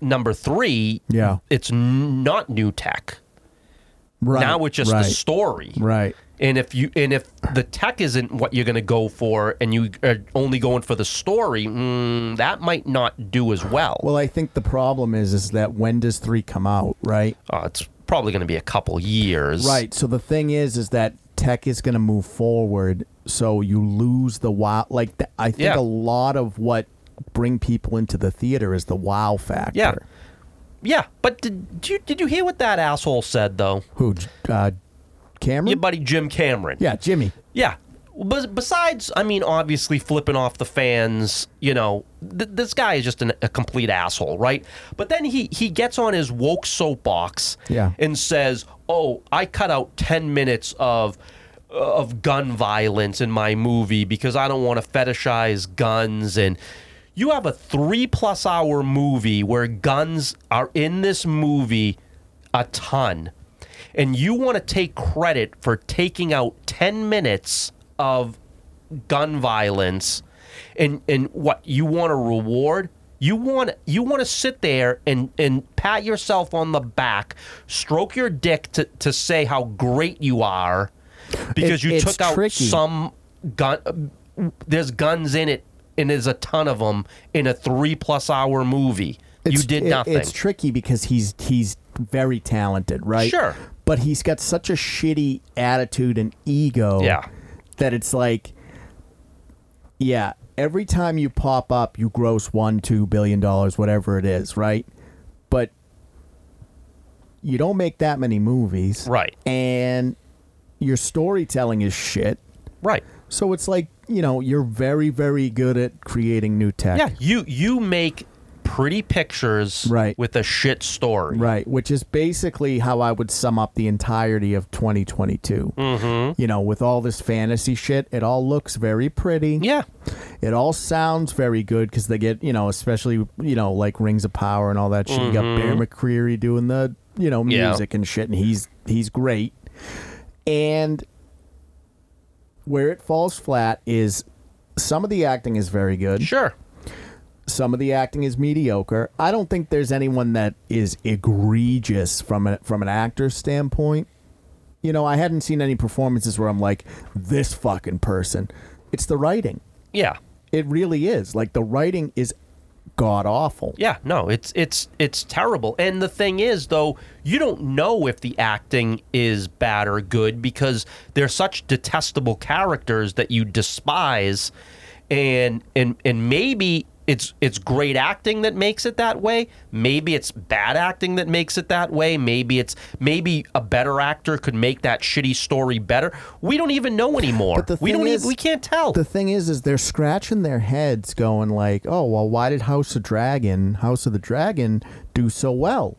B: number three,
A: Yeah.
B: it's n- not new tech.
A: right.
B: now it's just
A: right,
B: the story,
A: Right.
B: And if you and if the tech isn't what you're going to go for, and you are only going for the story, mm, that might not do as well.
A: Well, I think the problem is is that when does three come out, right?
B: Uh, it's probably going to be a couple years,
A: Right. So the thing is, is that tech is going to move forward, so you lose the wow. Like th- I think
B: Yeah.
A: a lot of what bring people into the theater is the wow factor.
B: Yeah. Yeah, but did, did you did you hear what that asshole said though?
A: Who? J- Uh, Cameron.
B: Your buddy Jim Cameron.
A: Hmm? yeah, Jimmy.
B: Yeah. But besides, I mean, obviously flipping off the fans, you know, th- this guy is just an, a complete asshole, right? But then he he gets on his woke soapbox
A: Yeah.
B: and says, "Oh, I cut out ten minutes of." uh, Of gun violence in my movie because I don't want to fetishize guns. And you have a three plus hour movie where guns are in this movie a ton and you want to take credit for taking out 10 minutes of gun violence and and what you want to reward you want you want to sit there and and pat yourself on the back stroke your dick to to say how great you are because
A: It-
B: you
A: it's
B: took out
A: tricky.
B: some gun there's guns in it and there's a ton of them in a 3 plus hour movie you
A: It's-
B: did
A: it-
B: nothing
A: It's tricky because he's he's very talented, right?
B: Sure.
A: But he's got such a shitty attitude and ego.
B: Yeah.
A: That it's like, yeah, every time you pop up, you gross one, two billion dollars, whatever it is, right? But you don't make that many movies,
B: Right.
A: And your storytelling is shit.
B: right
A: So it's like you know you're very very good at creating new tech.
B: Yeah, you you make pretty pictures
A: Right.
B: with a shit story.
A: Right, which is basically how I would sum up the entirety of 2022. Mm-hmm. You know, with all this fantasy shit, it all looks very pretty.
B: Yeah.
A: It all sounds very good because they get, you know, especially, you know, like Rings of Power and all that shit. You got Bear McCreary doing the, you know,
B: Yeah.
A: music and shit, and he's he's great. And where it falls flat is some of the acting is very good
B: Sure.
A: some of the acting is mediocre. I don't think there's anyone that is egregious from a, from an actor's standpoint. You know, I hadn't seen any performances where I'm like, this fucking person. It's the writing.
B: Yeah.
A: It really is. Like the writing is god awful.
B: Yeah, no, it's it's it's terrible. And the thing is though, you don't know if the acting is bad or good because they're such detestable characters that you despise and and and maybe it's it's great acting that makes it that way. Maybe it's bad acting that makes it that way. Maybe it's maybe a better actor could make that shitty story better. We don't even know anymore.
A: But the
B: we
A: thing
B: don't
A: is-
B: even, we can't tell.
A: The thing is, is they're scratching their heads, going like, "Oh well, why did House of Dragon, House of the Dragon, do so well?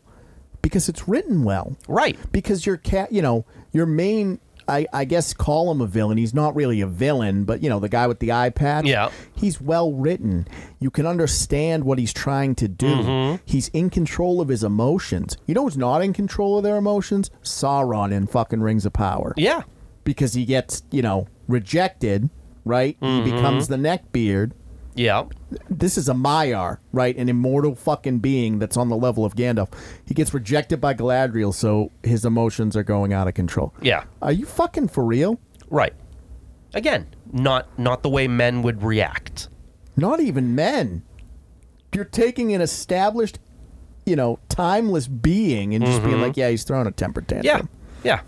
A: Because it's written well."
B: right.
A: because your cat, you know, your main, I, I guess, call him a villain. He's not really a villain, but you know, the guy with the eye patch.
B: Yeah.
A: he's well written. You can understand what he's trying to do.
B: Mm-hmm.
A: He's in control of his emotions. You know, who's not in control of their emotions? Sauron in fucking Rings of Power
B: Yeah.
A: because he gets, you know, rejected. Right,
B: Mm-hmm.
A: he becomes the neckbeard.
B: Yeah.
A: This is a Maiar, right? An immortal fucking being that's on the level of Gandalf. He gets rejected by Galadriel, so his emotions are going out of control.
B: Yeah.
A: Are you fucking for real?
B: Right. Again, not not the way men would react.
A: Not even men. You're taking an established, you know, timeless being and just being like, yeah, he's throwing a temper tantrum.
B: Mm-hmm. Yeah. Yeah.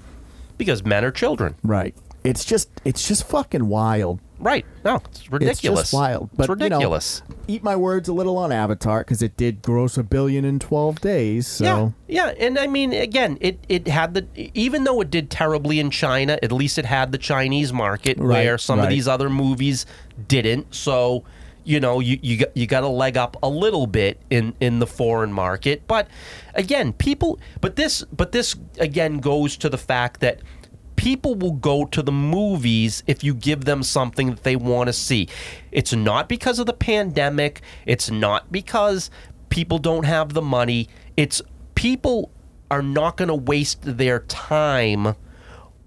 B: Because men are children.
A: Right. It's just it's just fucking wild.
B: Right. No, it's ridiculous.
A: It's just wild. But
B: it's ridiculous.
A: You know, eat my words a little on Avatar because it did gross a billion in 12 days. So
B: Yeah, yeah, and I mean, again, it it had the even though it did terribly in China, at least it had the Chinese market
A: Right,
B: where some of
A: right.
B: these other movies didn't. So, you know, you you got, you got a leg up a little bit in in the foreign market, but again, people, but this but this again goes to the fact that. People will go to the movies if you give them something that they want to see. It's not because of the pandemic. It's not because people don't have the money. It's people are not going to waste their time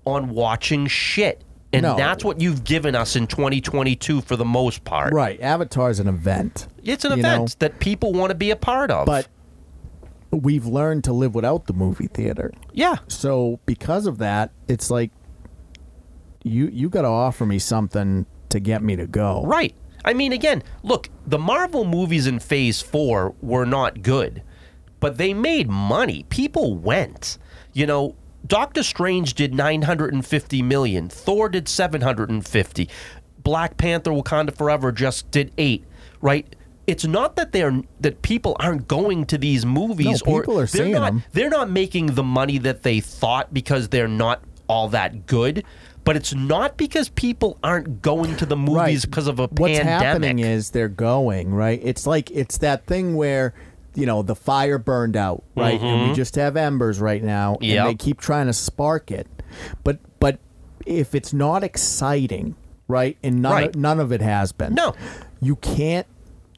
B: on watching shit. And
A: No.
B: that's what you've given us in 2022 for the most part.
A: Right. Avatar's an event.
B: It's an
A: you
B: event
A: know?
B: that people want to be a part of.
A: But we've learned to live without the movie theater.
B: yeah,
A: So because of that, it's like you you got to offer me something to get me to go.
B: Right. I mean, again, look, the Marvel movies in Phase 4 were not good, but they made money. People went. You know, Doctor Strange did 950 million, Thor did 750, Black Panther Wakanda Forever just did 8, right? It's not that they're that people aren't going to these movies
A: No,
B: or
A: people are
B: they're
A: seeing
B: not
A: them.
B: they're not making the money that they thought because they're not all that good, but it's not because people aren't going to the movies because of a
A: What's
B: pandemic.
A: happening is they're going right. It's like it's that thing where you know the fire burned out, right? And we just have embers right now,
B: Mm-hmm. Yep.
A: and they keep trying to spark it, but but if it's not exciting, right, and none
B: Right.
A: Of, none of it has been,
B: No.
A: you can't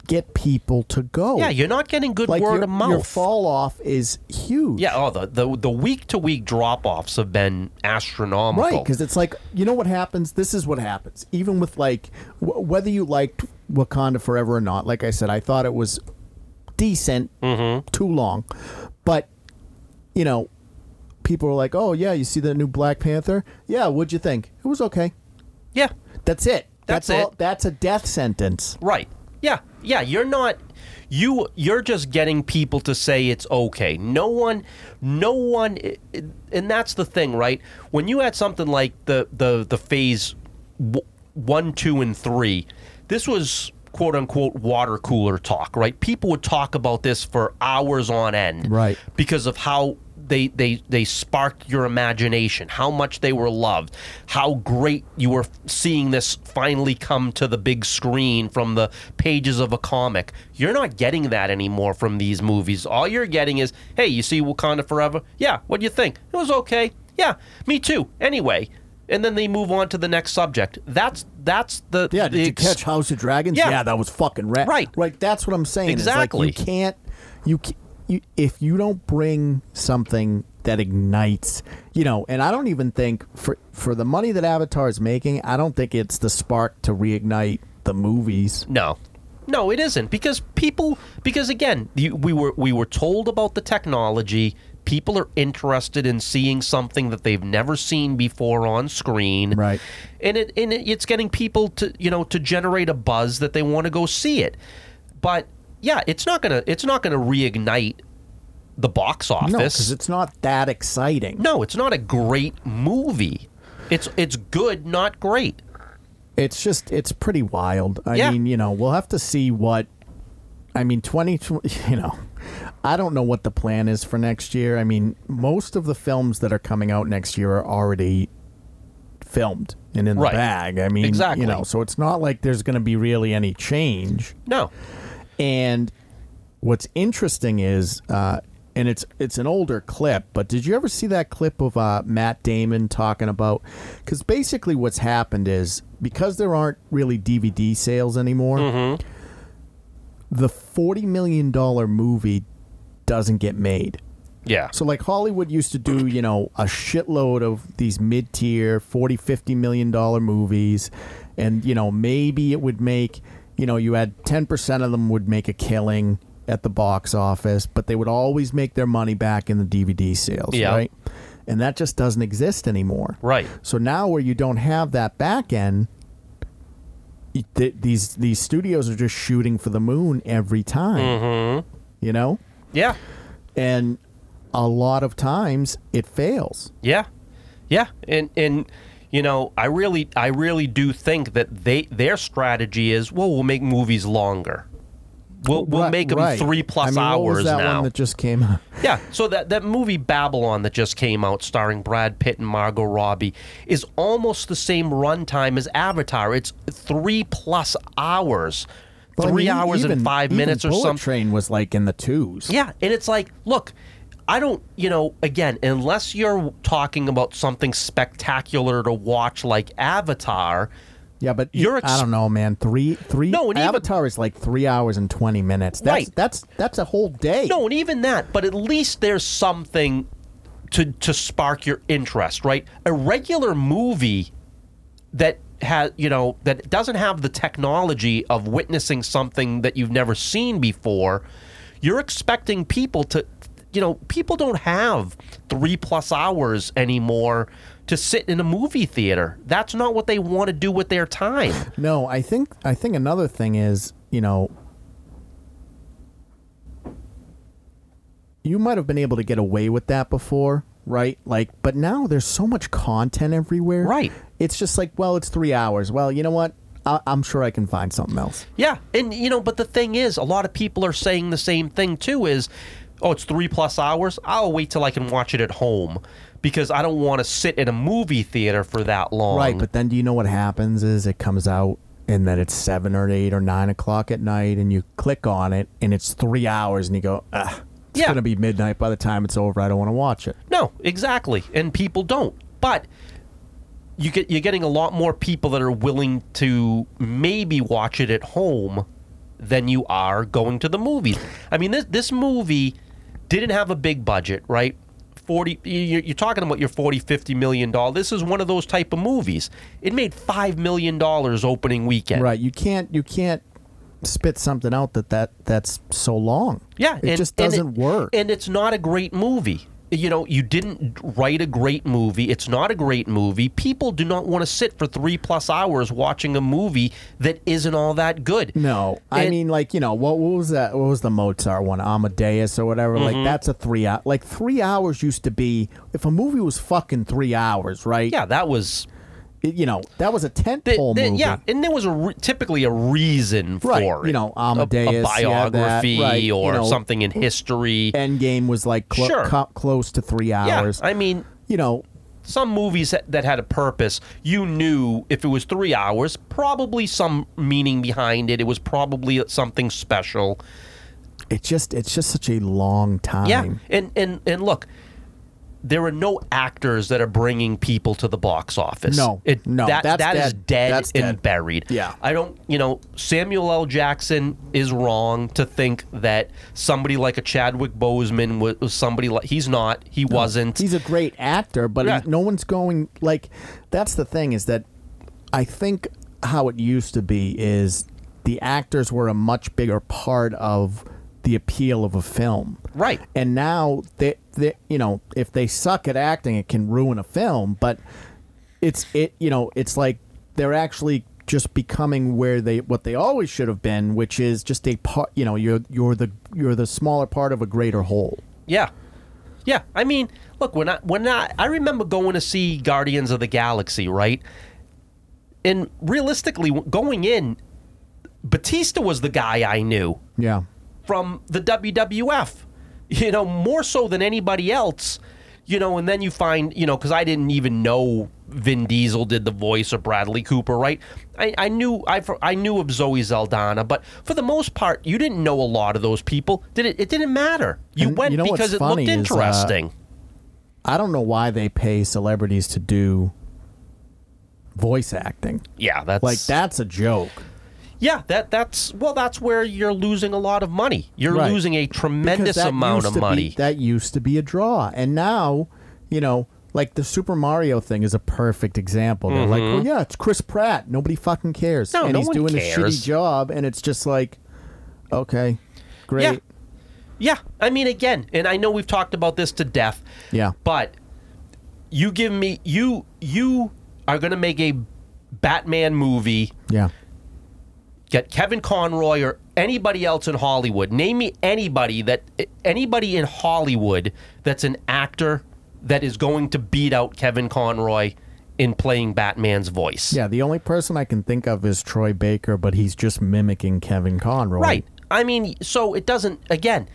A: get people to go.
B: yeah, you're not getting good
A: like
B: word
A: your,
B: of mouth.
A: your fall off is huge.
B: Yeah, oh, the the the week to week drop offs have been astronomical.
A: Right, because it's like you know what happens. This is what happens. Even with like w- whether you liked Wakanda Forever or not. Like I said, I thought it was decent,
B: Mm-hmm.
A: too long, but you know, people were like, "Oh yeah, you see the new Black Panther? Yeah, what'd you think? It was okay.
B: yeah,
A: That's it.
B: That's
A: All,
B: it.
A: that's a death sentence.
B: right. Yeah, yeah. You're not you you're just getting people to say it's okay. No one, no one, i- i- and that's the thing, right? When you had something like the the the phase w- one, two, and three, this was quote unquote water cooler talk, right? People would talk about this for hours on end,
A: Right.
B: because of how they they they sparked your imagination, how much they were loved, how great you were seeing this finally come to the big screen from the pages of a comic. You're not getting that anymore from these movies. All you're getting is, "Hey, you see Wakanda Forever? Yeah, what do you think? It was okay. Yeah, me too. Anyway." And then they move on to the next subject. That's that's the
A: Yeah, did
B: the
A: you
B: ex-
A: catch House of Dragons?
B: Yeah.
A: that was fucking rad.
B: Right.
A: right. That's what I'm saying. It's like
B: Exactly.
A: you can't. You, ca- you if you don't bring something that ignites, you know. And I don't even think for for the money that Avatar is making, I don't think it's the spark to reignite the movies.
B: No, no, it isn't because people because again you, we were we were told about the technology. People are interested in seeing something that they've never seen before on screen,
A: Right.
B: And it and it, it's getting people to you know to generate a buzz that they want to go see it. But yeah, it's not gonna it's not gonna reignite the box office.
A: No, because it's not that exciting.
B: No, it's not a great movie. It's it's good, not great.
A: It's just it's pretty wild. I
B: Yeah.
A: mean, you know, we'll have to see what. I mean, twenty. You know, I don't know what the plan is for next year. I mean, most of the films that are coming out next year are already filmed and in the
B: Right.
A: bag. I mean,
B: Exactly.
A: You know, so it's not like there's going to be really any change.
B: No,
A: And what's interesting is, uh, and it's it's an older clip, but did you ever see that clip of uh, Matt Damon talking about? Because basically, what's happened is because there aren't really DVD sales anymore, the forty million dollar movie doesn't get made.
B: yeah,
A: So like Hollywood used to do, you know, a shitload of these mid-tier 40, 50 million dollar movies and you know, maybe it would make, you know, you had 10% of them would make a killing at the box office, but they would always make their money back in the DVD sales,
B: Yeah.
A: right? And that just doesn't exist anymore.
B: right,
A: So now where you don't have that back end y- th- these these studios are just shooting for the moon every time.
B: Mm-hmm.
A: You know?
B: yeah.
A: and a lot of times it fails.
B: Yeah, yeah, and and you know, I really, I really do think that they their strategy is well, we'll make movies longer. We'll we'll
A: Right-
B: make them
A: right.
B: three plus
A: I mean,
B: hours
A: what was that
B: now.
A: one that just came out?
B: Yeah, so that that movie Babylon that just came out, starring Brad Pitt and Margot Robbie, is almost the same runtime as Avatar. It's three plus hours,
A: Well, I
B: three
A: mean,
B: hours
A: even-
B: and five
A: even
B: minutes or
A: Bullet
B: something.
A: Train was like in the twos.
B: Yeah, and it's like, look, I don't, you know, again, unless you're talking about something spectacular to watch like Avatar,
A: yeah, but
B: You're
A: I
B: ex-
A: don't know, man. Three, three.
B: No, and even-
A: Avatar is like three hours and twenty minutes. That's,
B: Right.
A: That's that's a whole day.
B: no, and even that, but at least there's something to to spark your interest, right? A regular movie that has, you know, that doesn't have the technology of witnessing something that you've never seen before, you're expecting people to you know, people don't have 3 plus hours anymore to sit in a movie theater. That's not what they want to do with their time.
A: No, I think I think another thing is, you know, you might have been able to get away with that before, right? Like, but now there's so much content everywhere.
B: Right.
A: It's just like, well, it's three hours. Well, you know what? I- I'm sure I can find something else.
B: Yeah, and you know, but the thing is, a lot of people are saying the same thing too. Is oh, it's three plus hours. I'll wait till I can watch it at home because I don't want to sit in a movie theater for that long.
A: Right, but then do you know what happens is it comes out and then it's seven or eight or nine o'clock at night and you click on it and it's three hours and you go, Ugh, it's
B: Yeah.
A: gonna be midnight by the time it's over, I don't wanna watch it.
B: no, exactly, and people don't. But you get you're getting a lot more people that are willing to maybe watch it at home than you are going to the movies. I mean, this this movie didn't have a big budget, right? 40 you- you're you're talking about your 40 50 million dollar this is one of those type of movies it made 5 million dollars opening weekend
A: Right. You can't you can't spit something out that, that that's so long.
B: Yeah,
A: It just doesn't
B: it-
A: work.
B: And it's not a great movie. You know, you didn't write a great movie. It's not a great movie. People do not want to sit for three plus hours watching a movie that isn't all that good.
A: no. I
B: And-
A: mean like, you know, what, what was that what was the Mozart one? Amadeus or whatever?
B: Mm-hmm.
A: Like that's a three hour like three hours used to be if a movie was fucking three hours, right?
B: Yeah, that was.
A: It- you know, that was a tent
B: th-
A: pole
B: th-
A: movie.
B: Yeah, and there was a re- typically a reason
A: Right,
B: for it.
A: you know,
B: A- a,
A: Amadeus, yeah, that,
B: biography
A: right, you
B: or
A: know,
B: something in history.
A: Endgame was like clo-
B: Sure.
A: co- close to three
B: Yeah,
A: hours.
B: I mean,
A: you know,
B: some movies that, that had a purpose, you knew if it was three hours, probably some meaning behind it. It was probably something special.
A: it just it's just such a long time.
B: Yeah, and and and look, there are no actors that are bringing people to the box office.
A: No,
B: it,
A: no,
B: that,
A: that's
B: that is
A: dead.
B: dead
A: That's
B: and
A: dead.
B: buried.
A: Yeah.
B: I don't. You know, Samuel L. Jackson is wrong to think that somebody like a Chadwick Boseman was, was somebody like he's not. He wasn't.
A: He's a great actor, but
B: Yeah.
A: he- no one's going like that's the thing is that I think how it used to be is the actors were a much bigger part of the appeal of a film.
B: Right.
A: And now they, they you know, if they suck at acting it can ruin a film, but it's it you know, it's like they're actually just becoming where they what they always should have been, which is just a part, you know, you're you're the you're the smaller part of a greater whole.
B: Yeah. Yeah. I mean, look, when I when I I remember going to see Guardians of the Galaxy, right? And realistically, w- going in, Batista was the guy I knew
A: Yeah.
B: from the WWF, you know, more so than anybody else, you know, and then you find, you know, because I didn't even know Vin Diesel did the voice or Bradley Cooper, right? I, I knew I, I knew of Zoe Zeldana, but for the most part, you didn't know a lot of those people. Did it? It didn't matter. You
A: And
B: went
A: you know what's
B: because it looked
A: funny is, uh,
B: interesting.
A: I don't know why they pay celebrities to do voice acting.
B: yeah, that's
A: Like that's a joke.
B: Yeah, that that's well, that's where you're losing a lot of money. You're
A: Right.
B: losing a
A: Because
B: tremendous
A: that
B: amount
A: used
B: of
A: to be-
B: money.
A: that used to be a draw, and now, you know, like the Super Mario thing is a perfect example. They're like, well, yeah, it's Chris Pratt. Nobody fucking cares,
B: Mm-hmm. No,
A: and
B: no
A: he's
B: one
A: doing a
B: cares.
A: shitty job, and it's just like, okay, great.
B: Yeah. Yeah. I mean, again, and I know we've talked about this to death.
A: Yeah.
B: But you give me you you are going to make a Batman movie.
A: Yeah.
B: Get Kevin Conroy or anybody else in Hollywood. Name me anybody that anybody in Hollywood that's an actor that is going to beat out Kevin Conroy in playing Batman's voice.
A: Yeah, the only person I can think of is Troy Baker, but he's just mimicking Kevin Conroy.
B: Right. I mean, so it doesn't, again,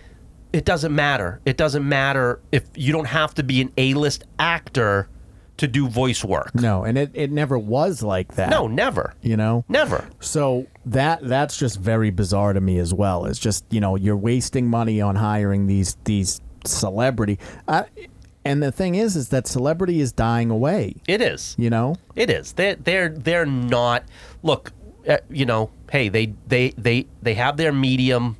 B: it doesn't matter. It doesn't matter if you don't have to be an A list actor to do voice work.
A: No, and it, it never was like that.
B: No, never.
A: You know?
B: Never.
A: So that that's just very bizarre to me as well. It's just you know you're wasting money on hiring these these celebrity, I, and the thing is is that celebrity is dying away.
B: It is.
A: You know,
B: It is. They're, they're, they're not, look, uh, you know, hey, they, they, they, they have their medium,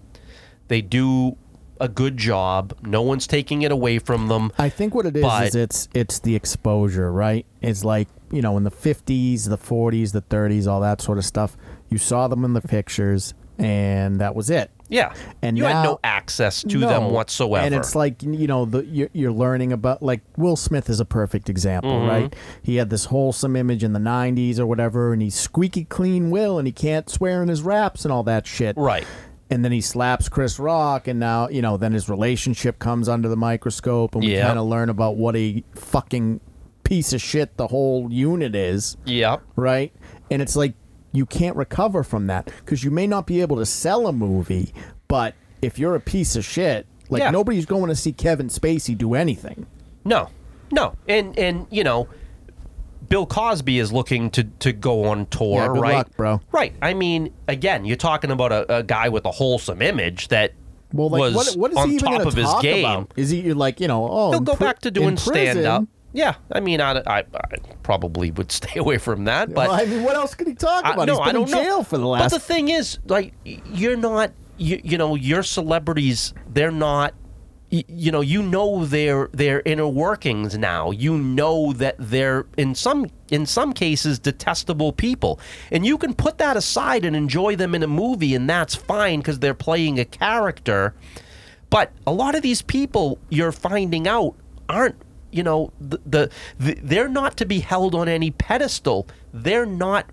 B: they do a good job. No one's taking it away from them.
A: I think what it is
B: But-
A: is it's it's the exposure, right? It's like you know in the fifties, the forties, the thirties, all that sort of stuff. You saw them in the pictures, and that was it.
B: Yeah.
A: And
B: you
A: now-
B: had no access to them
A: No.
B: whatsoever.
A: And it's like you know, the, you're, you're learning about like Will Smith is a perfect example,
B: Mm-hmm.
A: right? He had this wholesome image in the '90s or whatever, and he's squeaky clean Will, and he can't swear in his raps and all that shit,
B: Right.
A: And then he slaps Chris Rock, and now you know, then his relationship comes under the microscope, and we
B: Yep.
A: kind of learn about what a fucking piece of shit the whole unit is
B: Yep.
A: right? And it's like you can't recover from that because you may not be able to sell a movie, but if you're a piece of shit, like
B: Yeah.
A: nobody's going to see Kevin Spacey do anything.
B: No, no, and and you know, Bill Cosby is looking to to go on tour,
A: Yeah, good
B: right,
A: luck, bro.
B: Right. I mean, again, you're talking about a, a guy with a wholesome image that
A: Well, like
B: was
A: what, what is
B: on
A: he even
B: top
A: gonna
B: of his
A: talk
B: game.
A: about? Is he you're like you know? Oh,
B: He'll
A: in
B: go
A: pri-
B: back to
A: in
B: doing
A: prison-
B: stand up. Yeah, I mean, I, I, I probably would stay away from that, but
A: well, I mean, what else could he talk
B: I-
A: about? He's been in jail for the last.
B: But the thing is, like, y- you're not, you, you know, your celebrities, they're not. y- You know, you know their their inner workings now. You know that they're in some in some cases detestable people, and you can put that aside and enjoy them in a movie, and that's fine because they're playing a character. But a lot of these people you're finding out aren't, you know, the, the, the they're not to be held on any pedestal. They're not,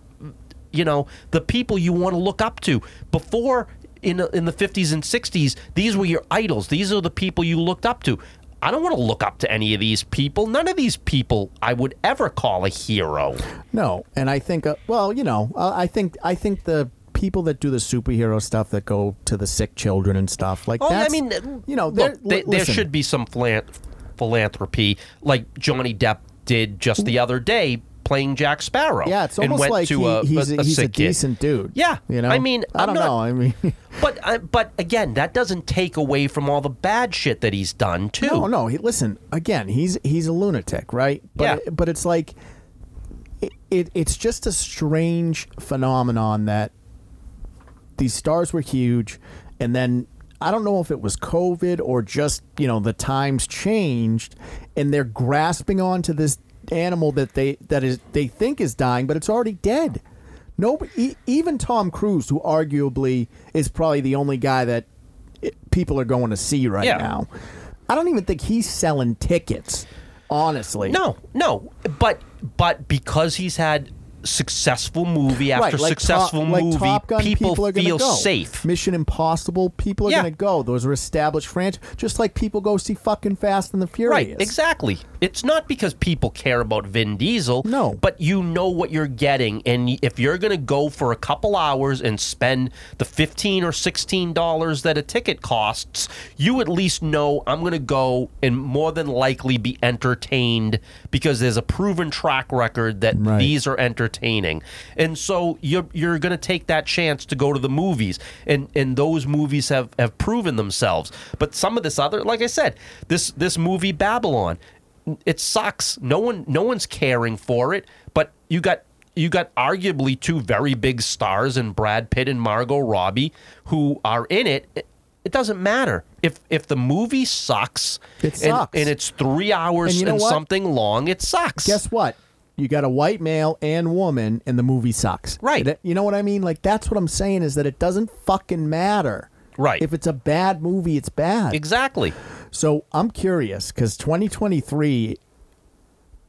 B: you know, the people you want to look up to. Before in in the 50s and 60s, these were your idols. These are the people you looked up to. I don't want to look up to any of these people. None of these people I would ever call a hero.
A: No, and I think uh, well, you know, uh, I think I think the people that do the superhero stuff that go to the sick children and stuff like
B: Oh,
A: that's,
B: I mean,
A: you know,
B: look,
A: they're-
B: there-
A: li-
B: there
A: listen.
B: should be some philan- philanthropy, like Johnny Depp did just the other day playing Jack Sparrow.
A: Yeah, it's
B: and
A: almost
B: went
A: like
B: to
A: he-
B: a,
A: he's a, he's a
B: sick kid.
A: decent dude.
B: Yeah,
A: you know.
B: I mean,
A: I
B: I'm
A: don't
B: not-
A: know. I mean,
B: But uh, but again, that doesn't take away from all the bad shit that he's done too.
A: no, no. He, listen, again, he's he's a lunatic, right? But
B: Yeah.
A: but it's like it, it it's just a strange phenomenon that these stars were huge, and then I don't know if it was COVID or just you know the times changed, and they're grasping onto this animal that they that is they think is dying, but it's already dead. No, e- even Tom Cruise, who arguably is probably the only guy that i- people are going to see right
B: Yeah.
A: now. I don't even think he's selling tickets. Honestly,
B: No, no. But but because he's had successful movie after
A: right, like
B: successful
A: top, like
B: movie,
A: Top Gun, people, are gonna
B: feel
A: go.
B: safe.
A: Mission Impossible, people are
B: Yeah.
A: going to go. Those are established franchises, just like people go see fucking Fast and the Furious.
B: Right, exactly. It's not because people care about Vin Diesel.
A: No.
B: But you know what you're getting. And y- if you're going to go for a couple hours and spend the 15 or $16 that a ticket costs, you at least know I'm going to go and more than likely be entertained because there's a proven track record that
A: Right.
B: these are entertaining. And so you're, you're going to take that chance to go to the movies. And, and those movies have, have proven themselves. But some of this other, like I said, this, this movie Babylon, it sucks. No one, no one's caring for it. But you got, you got arguably two very big stars in Brad Pitt and Margot Robbie who are in it. It, it doesn't matter if if the movie sucks.
A: It
B: and-
A: sucks.
B: and, it's three hours
A: And you know what?
B: something long. It sucks.
A: Guess what? You got a white male and woman, and the movie sucks.
B: Right.
A: It- you know what I mean? Like that's what I'm saying is that it doesn't fucking matter.
B: Right.
A: If it's a bad movie, it's bad.
B: Exactly.
A: So I'm curious because 2023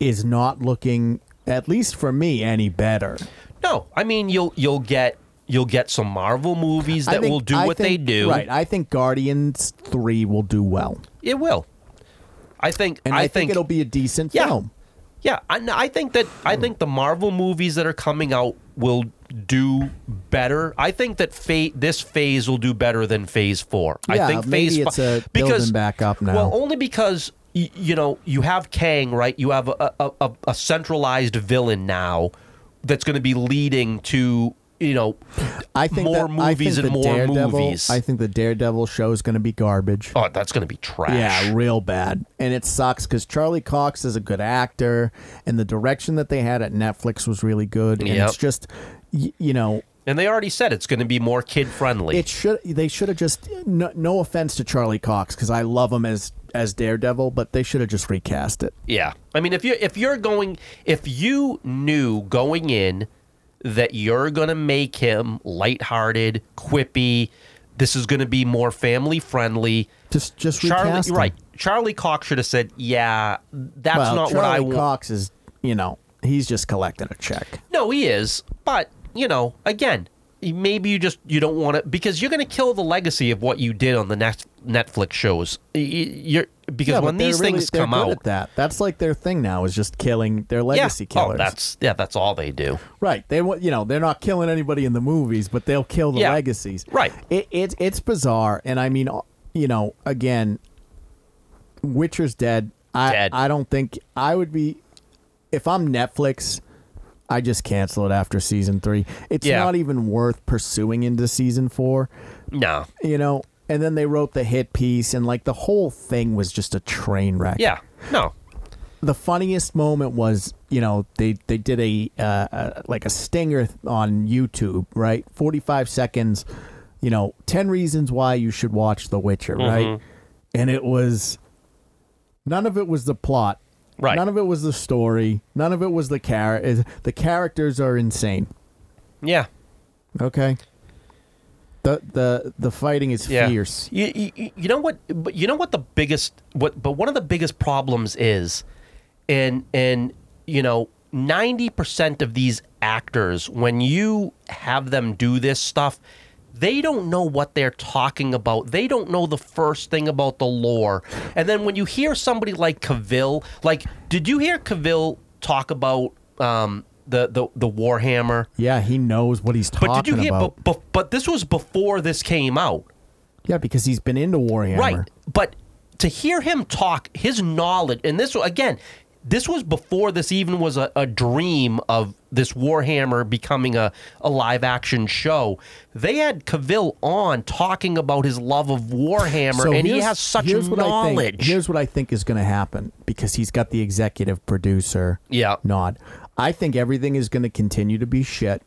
A: is not looking, at least for me, any better.
B: No, I mean you'll you'll get you'll get some Marvel movies
A: I
B: that
A: think-
B: will do
A: I
B: what they
A: think-
B: do.
A: Right. I think Guardians 3 will do well.
B: It will. I think.
A: And
B: I,
A: I, think, it'll be Hmm. a decent
B: Yeah.
A: film.
B: Yeah, I, I think that I think the Marvel movies that are coming out will do better. I think that fa- this phase will do better than Phase Four.
A: Yeah,
B: I think
A: maybe
B: Phase
A: it's
B: fi-
A: a building back up now.
B: Well, only because y- you know you have Kang, right? You have a a, a, a centralized villain now that's going to be leading to you know
A: I think
B: more
A: that, I think
B: movies
A: the
B: and more
A: Daredevil,
B: movies.
A: I think the Daredevil show is going to be garbage.
B: oh, that's going to be trash.
A: Yeah, real bad. And it sucks because Charlie Cox is a good actor, and the direction that they had at Netflix was really good. And
B: Yep.
A: it's just, y- you know,
B: and they already said it's going to be more kid friendly.
A: it should they should have just no, no offense to Charlie Cox because I love him as as Daredevil, but they should have just recast it.
B: Yeah. I mean if you if you're going if you knew going in that you're going to make him lighthearted, quippy, This is going to be more family friendly.
A: Just just
B: Charlie,
A: recast him.
B: right? Charlie Cox should have said, "Yeah, that's
A: Well,
B: not
A: Charlie
B: what I want."
A: Cox is, you know, he's just collecting a check.
B: No, he is, but you know, again, maybe you just you don't want to because you're going to kill the legacy of what you did on the next Netflix shows. Y- y- You're because
A: Yeah, but
B: when
A: they're
B: these
A: really-
B: things
A: they're
B: come
A: good
B: out,
A: at that that's like their thing now is just killing their legacy
B: yeah,
A: killers.
B: oh, that's yeah, that's all they do.
A: Right. They want you know they're not killing anybody in the movies, but they'll kill the
B: Yeah.
A: legacies.
B: Right.
A: It, it it's bizarre, and I mean, you know, again, Witcher's dead. I
B: Dead.
A: I don't think I would be if I'm Netflix. I just cancel it after season three. It's
B: Yeah.
A: not even worth pursuing into season four,
B: No,
A: you know. And then they wrote the hit piece, and like the whole thing was just a train wreck
B: yeah, no,
A: the funniest moment was you know they they did a uh, uh, like a stinger th- on YouTube right 45 seconds you know 10 reasons why you should watch The Witcher
B: Mm-hmm.
A: right and it was none of it was the plot
B: Right.
A: none of it was the story none of it was the char- is- the characters are insane
B: yeah,
A: okay the the the fighting is
B: yeah.
A: fierce
B: You, you, you know what? But you know what the biggest what? But one of the biggest problems is, and and you know, ninety percent of these actors, when you have them do this stuff, they don't know what they're talking about. They don't know the first thing about the lore. And then when you hear somebody like Cavill, like, did you hear Cavill talk about um, the the the Warhammer?
A: yeah he knows what he's talking
B: But did you hear?
A: about
B: But, but but this was before this came out.
A: yeah because he's been into warhammer
B: Right. But to hear him talk, his knowledge, and this again, this was before this even was a, a dream of this Warhammer becoming a, a live action show. They had Cavill on talking about his love of Warhammer, and he
A: here's-
B: has such
A: here's what I think-
B: knowledge.
A: here's what I think is going to happen because he's got the executive producer
B: Yeah.
A: nod. I think everything is going to continue to be shit,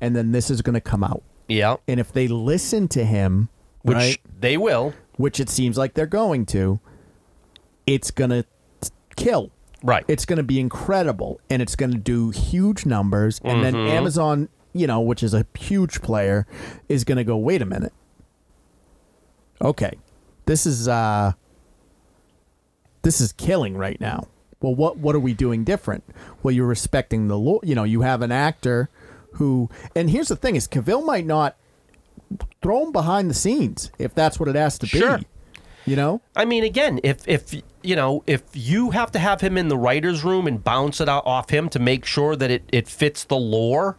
A: and then this is going to come out.
B: yeah.
A: And if they listen to him,
B: Which
A: right,
B: they will.
A: which it seems like they're going to, it's going to kill.
B: Right.
A: It's going to be incredible, and it's going to do huge numbers. And then
B: Mm-hmm.
A: Amazon, you know, which is a huge player, is going to go. Wait a minute. Okay, this is uh, this is killing right now. Well, what what are we doing different? Well, you're respecting the law. You know, you have an actor who, and here's the thing: is Cavill might not throw him behind the scenes if that's what it has to
B: Sure.
A: be. You know,
B: I mean, again, if if you know if you have to have him in the writers' room and bounce it out off him to make sure that it it fits the lore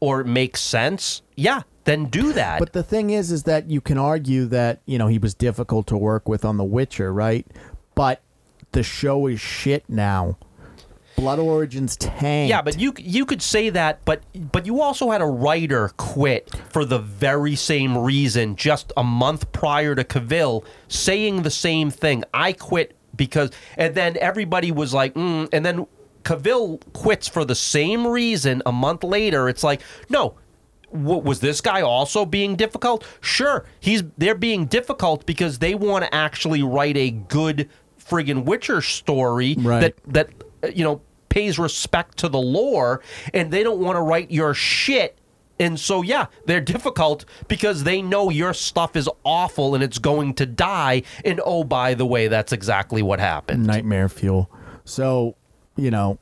B: or it makes sense, yeah, then do that.
A: But the thing is, is that you can argue that you know he was difficult to work with on The Witcher, right? But the show is shit now. Blood Origins tanked.
B: yeah, but you you could say that, but but you also had a writer quit for the very same reason just a month prior to Cavill saying the same thing. I quit because, and then everybody was like, mm, and then Cavill quits for the same reason a month later. It's like, no, Wa- was this guy also being difficult? Sure, he's they're being difficult because they want to actually write a good friggin' Witcher story
A: Right.
B: that that uh, you know pays respect to the lore, and they don't want to write your shit. And so yeah, they're difficult because they know your stuff is awful and it's going to die. And oh, by the way, that's exactly what happened.
A: nightmare fuel. So, you know,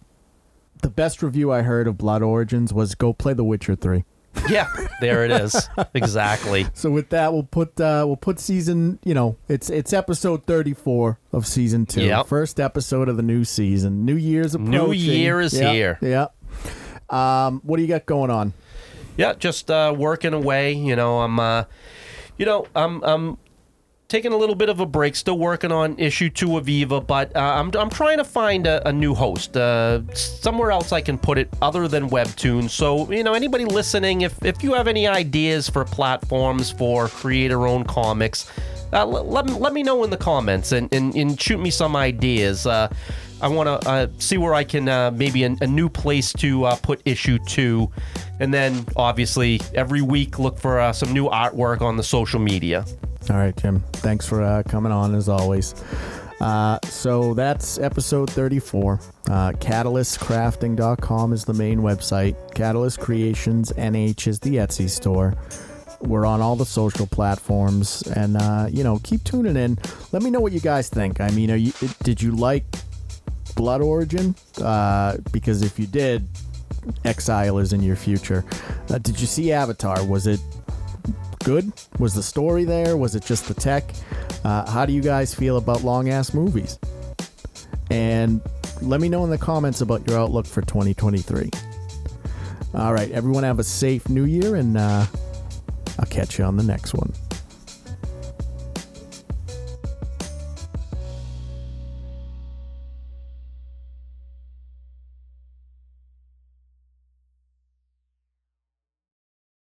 A: the best review I heard of Blood Origins was go play The Witcher three.
B: Yeah, there it is. exactly.
A: So with that, we'll put uh, we'll put season. You know, it's it's episode thirty four of season two.
B: Yep.
A: First episode of the new season. New Year's approaching.
B: Year is
A: Yep,
B: here.
A: Yep. Um, what do you got going on?
B: Yeah, just uh, working away. You know, I'm, uh, you know, I'm, I'm taking a little bit of a break. Still working on issue two of Eva, but uh, I'm, I'm trying to find a, a new host, uh, somewhere else I can put it other than Webtoon. So you know, anybody listening, if if you have any ideas for platforms for creator-owned comics. Uh, let, let, me- let me know in the comments and, and, and shoot me some ideas. Uh, I want to uh, see where I can uh, maybe an, a new place to uh, put issue two. And then obviously every week look for uh, some new artwork on the social media.
A: All right, Jim. Thanks for uh, coming on as always. Uh, so that's episode 34. Uh, CatalystCrafting.com is the main website. Catalyst Creations NH is the Etsy store. We're on all the social platforms, and uh, you know, keep tuning in. Let me know what you guys think. I mean, are you, did you like Blood Origin? Uh, because if you did, Exile is in your future. Uh, did you see Avatar? Was it good? Was the story there? Was it just the tech? Uh, how do you guys feel about long ass movies? And let me know in the comments about your outlook for 2023. All right, everyone have a safe new year, and uh, I'll catch you on the next one.